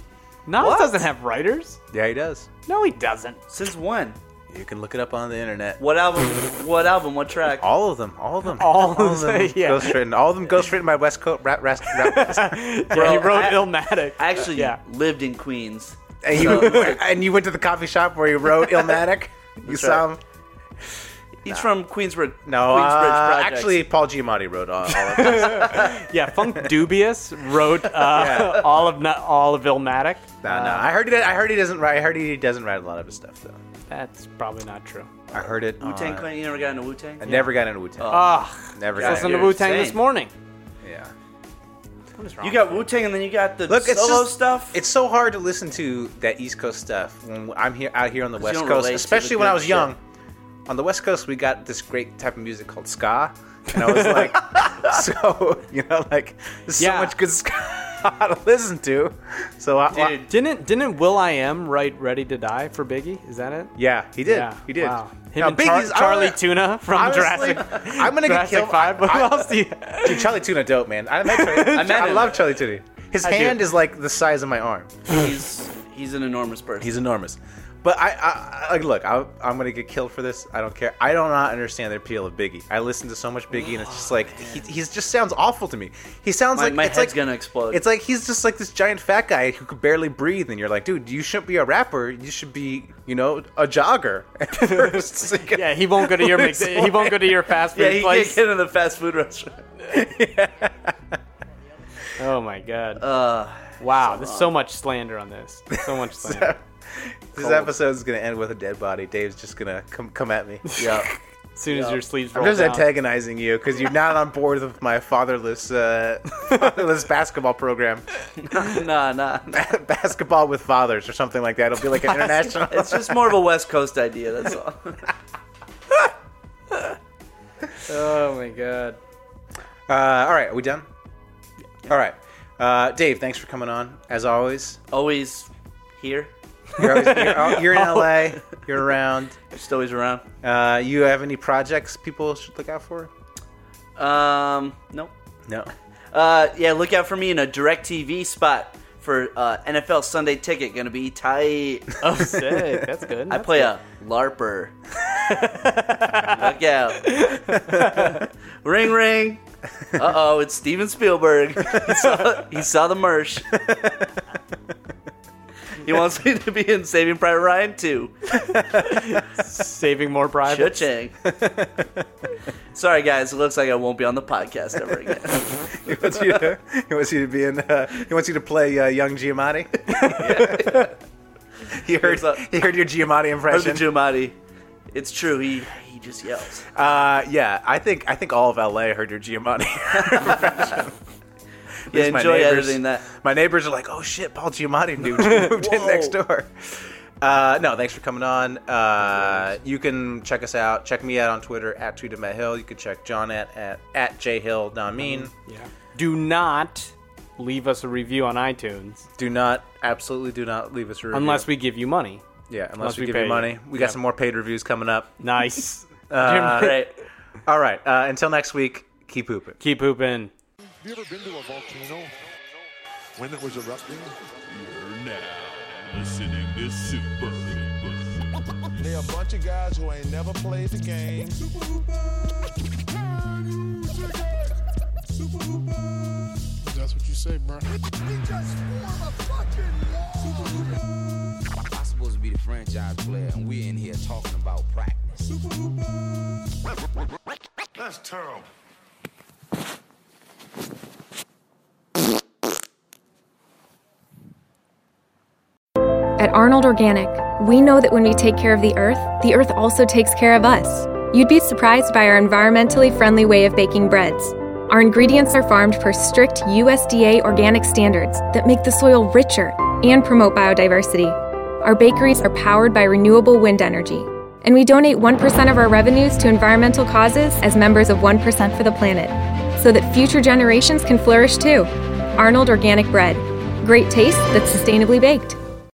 [SPEAKER 5] Nas
[SPEAKER 6] What?
[SPEAKER 5] doesn't have writers.
[SPEAKER 4] Yeah, he does.
[SPEAKER 5] No, he doesn't. [LAUGHS]
[SPEAKER 6] Since when?
[SPEAKER 4] You can look it up on the internet.
[SPEAKER 6] What album? what album? What track?
[SPEAKER 4] All of them. All of them.
[SPEAKER 5] All of them, yeah.
[SPEAKER 4] Ghostwritten. All of them ghostwritten by West Coast rap. rap, rap.
[SPEAKER 5] yeah, he wrote
[SPEAKER 6] I-
[SPEAKER 5] Illmatic.
[SPEAKER 6] I actually
[SPEAKER 5] Yeah.
[SPEAKER 6] lived in Queens.
[SPEAKER 4] and, you, and you went to the coffee shop where he wrote Illmatic. You saw him.
[SPEAKER 6] He's from Queensbridge.
[SPEAKER 4] No,
[SPEAKER 6] Queensbridge
[SPEAKER 4] uh,
[SPEAKER 6] Projects.
[SPEAKER 4] actually, Paul Giamatti wrote all, all of them.
[SPEAKER 5] yeah, Funk Dubious wrote uh, all of Na- all of Illmatic.
[SPEAKER 4] no, no.
[SPEAKER 5] Uh,
[SPEAKER 4] I heard he. I heard he doesn't write. I heard he doesn't write a lot of his stuff though.
[SPEAKER 5] That's probably not true.
[SPEAKER 4] I heard it.
[SPEAKER 6] Wu Tang
[SPEAKER 4] on-
[SPEAKER 6] Clan. Oh. You never got into Wu Tang.
[SPEAKER 4] I never got into Wu Tang.
[SPEAKER 5] Ugh.
[SPEAKER 4] never
[SPEAKER 5] I
[SPEAKER 4] got
[SPEAKER 5] listened
[SPEAKER 4] into
[SPEAKER 5] to
[SPEAKER 6] dude,
[SPEAKER 5] Wu Tang
[SPEAKER 6] same.
[SPEAKER 5] this morning.
[SPEAKER 4] Yeah.
[SPEAKER 5] What is wrong?
[SPEAKER 6] You got Wu Tang, and then you got the
[SPEAKER 4] Look, it's
[SPEAKER 6] solo
[SPEAKER 4] just-
[SPEAKER 6] stuff.
[SPEAKER 4] It's so hard to listen to that East Coast stuff when I'm here out here on the West
[SPEAKER 6] don't
[SPEAKER 4] Coast,
[SPEAKER 6] relate to the
[SPEAKER 4] especially when I
[SPEAKER 6] good
[SPEAKER 4] was
[SPEAKER 6] shit.
[SPEAKER 4] young. On the West Coast, we got this great type of music called ska, and I was
[SPEAKER 6] [LAUGHS]
[SPEAKER 4] like, so you know, like there's
[SPEAKER 5] Yeah.
[SPEAKER 4] so much good ska [LAUGHS] to listen to. So I, I-
[SPEAKER 6] Dude.
[SPEAKER 5] didn't didn't Will I Am write Ready to Die for Biggie? Is that it?
[SPEAKER 4] yeah, he did,
[SPEAKER 5] Yeah,
[SPEAKER 4] he did.
[SPEAKER 5] Wow. Him
[SPEAKER 4] Now,
[SPEAKER 5] and Char-
[SPEAKER 4] Biggie's- I
[SPEAKER 5] Charlie
[SPEAKER 4] don't-
[SPEAKER 5] Tuna from
[SPEAKER 4] honestly, [LAUGHS]
[SPEAKER 5] Jurassic,
[SPEAKER 4] I'm gonna get
[SPEAKER 5] Jurassic
[SPEAKER 4] killed.
[SPEAKER 5] Five. What
[SPEAKER 4] I-
[SPEAKER 5] else do you?
[SPEAKER 4] Dude, Charlie Tuna, dope man. I met Charlie. [LAUGHS] I,
[SPEAKER 6] met him.
[SPEAKER 4] love Charlie Tuna. His
[SPEAKER 5] I do.
[SPEAKER 4] hand is like the size of my arm.
[SPEAKER 6] He's he's an enormous person.
[SPEAKER 4] He's enormous. But I, I, I like, look, I, I'm gonna get killed for this. I don't care. I do not understand the appeal of Biggie. I listen to so much Biggie, and it's just like he he's just sounds awful to me. He sounds
[SPEAKER 6] my
[SPEAKER 4] like
[SPEAKER 6] my
[SPEAKER 4] it's
[SPEAKER 6] head's
[SPEAKER 4] like
[SPEAKER 6] gonna explode. [LAUGHS]
[SPEAKER 4] it's like he's just like this giant fat guy who could barely breathe, and you're like, dude, you shouldn't be a rapper. You should be, you know, a jogger. [LAUGHS] At first, So you can-
[SPEAKER 5] Yeah, he won't go to your mix.
[SPEAKER 4] Lose
[SPEAKER 5] He won't go to your fast food
[SPEAKER 6] yeah, he
[SPEAKER 5] place.
[SPEAKER 6] can't get into the fast food restaurant. [LAUGHS]
[SPEAKER 4] [LAUGHS]
[SPEAKER 5] Oh my god!
[SPEAKER 6] Uh,
[SPEAKER 5] wow, there's so much slander on this. So much slander.
[SPEAKER 4] This episode is gonna end with a dead body. Dave's just gonna come come at [LAUGHS] me.
[SPEAKER 6] yeah.
[SPEAKER 5] As soon as your sleeves
[SPEAKER 4] I'm
[SPEAKER 5] roll
[SPEAKER 4] just
[SPEAKER 5] down.
[SPEAKER 4] antagonizing you because you're not on board with my fatherless
[SPEAKER 6] [LAUGHS]
[SPEAKER 4] uh, fatherless basketball program. [LAUGHS]
[SPEAKER 6] nah, nah.
[SPEAKER 4] basketball with fathers or something like that. It'll be like an international.
[SPEAKER 6] It's just more of a West Coast idea. That's all. [LAUGHS]
[SPEAKER 5] oh my god!
[SPEAKER 4] [LAUGHS] Uh, all right, are we done? All right, uh, Dave. Thanks for coming on. As always,
[SPEAKER 6] Always here,
[SPEAKER 4] you're, always, you're,
[SPEAKER 6] [LAUGHS]
[SPEAKER 4] you're in
[SPEAKER 6] Oh.
[SPEAKER 4] LA. You're around.
[SPEAKER 6] just always around.
[SPEAKER 4] Uh, you have any projects people should look out for?
[SPEAKER 6] Um, nope.
[SPEAKER 4] No.
[SPEAKER 6] Uh, yeah, look out for me in a direct TV spot for uh, NFL Sunday ticket. Gonna be tight.
[SPEAKER 5] Oh, sick. That's good.
[SPEAKER 6] I play a
[SPEAKER 5] [LAUGHS]
[SPEAKER 6] LARPer. look out.
[SPEAKER 5] [LAUGHS]
[SPEAKER 6] ring ring. Uh oh, it's Steven Spielberg. He saw, he saw
[SPEAKER 5] [LAUGHS]
[SPEAKER 6] the merch. He wants me to be in Saving Private Ryan too.
[SPEAKER 5] saving more private.
[SPEAKER 6] Cha-ching. [LAUGHS] Sorry, guys. It looks like I won't be on the podcast
[SPEAKER 4] [LAUGHS]
[SPEAKER 6] ever again.
[SPEAKER 4] [LAUGHS] He wants you to. He wants you to be in. Uh, he wants you to play uh, young
[SPEAKER 6] [LAUGHS]
[SPEAKER 4] Giamatti. [LAUGHS] he heard.
[SPEAKER 6] Here's a-
[SPEAKER 4] He heard your Giamatti
[SPEAKER 6] Heard the
[SPEAKER 4] impression.
[SPEAKER 6] Giamatti. It's true. He he just yells.
[SPEAKER 4] Uh, yeah, I think I think all of LA heard your Giamatti.
[SPEAKER 6] Yeah,
[SPEAKER 4] my
[SPEAKER 6] enjoy
[SPEAKER 4] neighbors-
[SPEAKER 6] editing that.
[SPEAKER 4] [LAUGHS] My neighbors are like, "Oh shit, Paul Giamatti
[SPEAKER 5] [LAUGHS]
[SPEAKER 4] moved, [LAUGHS] moved in next door." Uh, no, thanks for coming on. Uh, you can check us out. Check me out on Twitter at tweet Matt Hill. You can check John at at, at J Hill Don Mean.
[SPEAKER 5] Yeah. Do not leave us a review on iTunes
[SPEAKER 4] Do not, absolutely, do not leave us a review.
[SPEAKER 5] unless we give you money.
[SPEAKER 4] yeah, unless,
[SPEAKER 5] unless
[SPEAKER 4] we,
[SPEAKER 5] we
[SPEAKER 4] give
[SPEAKER 5] pay
[SPEAKER 4] you
[SPEAKER 5] you.
[SPEAKER 4] money. We got some more paid reviews coming up. Uh,
[SPEAKER 5] Nice. [LAUGHS]
[SPEAKER 6] Right.
[SPEAKER 4] [LAUGHS] All right. Uh, until next week, keep pooping.
[SPEAKER 5] Keep pooping.
[SPEAKER 2] Have you ever been to a volcano when it was erupting?
[SPEAKER 3] You're now listening to Super Hoopers.
[SPEAKER 7] They're a bunch of guys who ain't never played the game. Super Hoopers, can you dig it? Super Hoopers. That's what you say, bro. We just form a fucking wall. Super Hoopers.
[SPEAKER 8] I'm supposed to be the franchise player, and we're in here talking about practice.
[SPEAKER 7] Super Hoopers.
[SPEAKER 2] That's terrible.
[SPEAKER 9] At Arnold Organic, we know that when we take care of the earth, the earth also takes care of us. You'd be surprised by our environmentally friendly way of baking breads. Our ingredients are farmed per strict USDA organic standards that make the soil richer and promote biodiversity. Our bakeries are powered by renewable wind energy. And we donate 1% of our revenues to environmental causes as members of 1% for the planet, so that future generations can flourish too. Arnold Organic Bread. Great taste that's sustainably baked.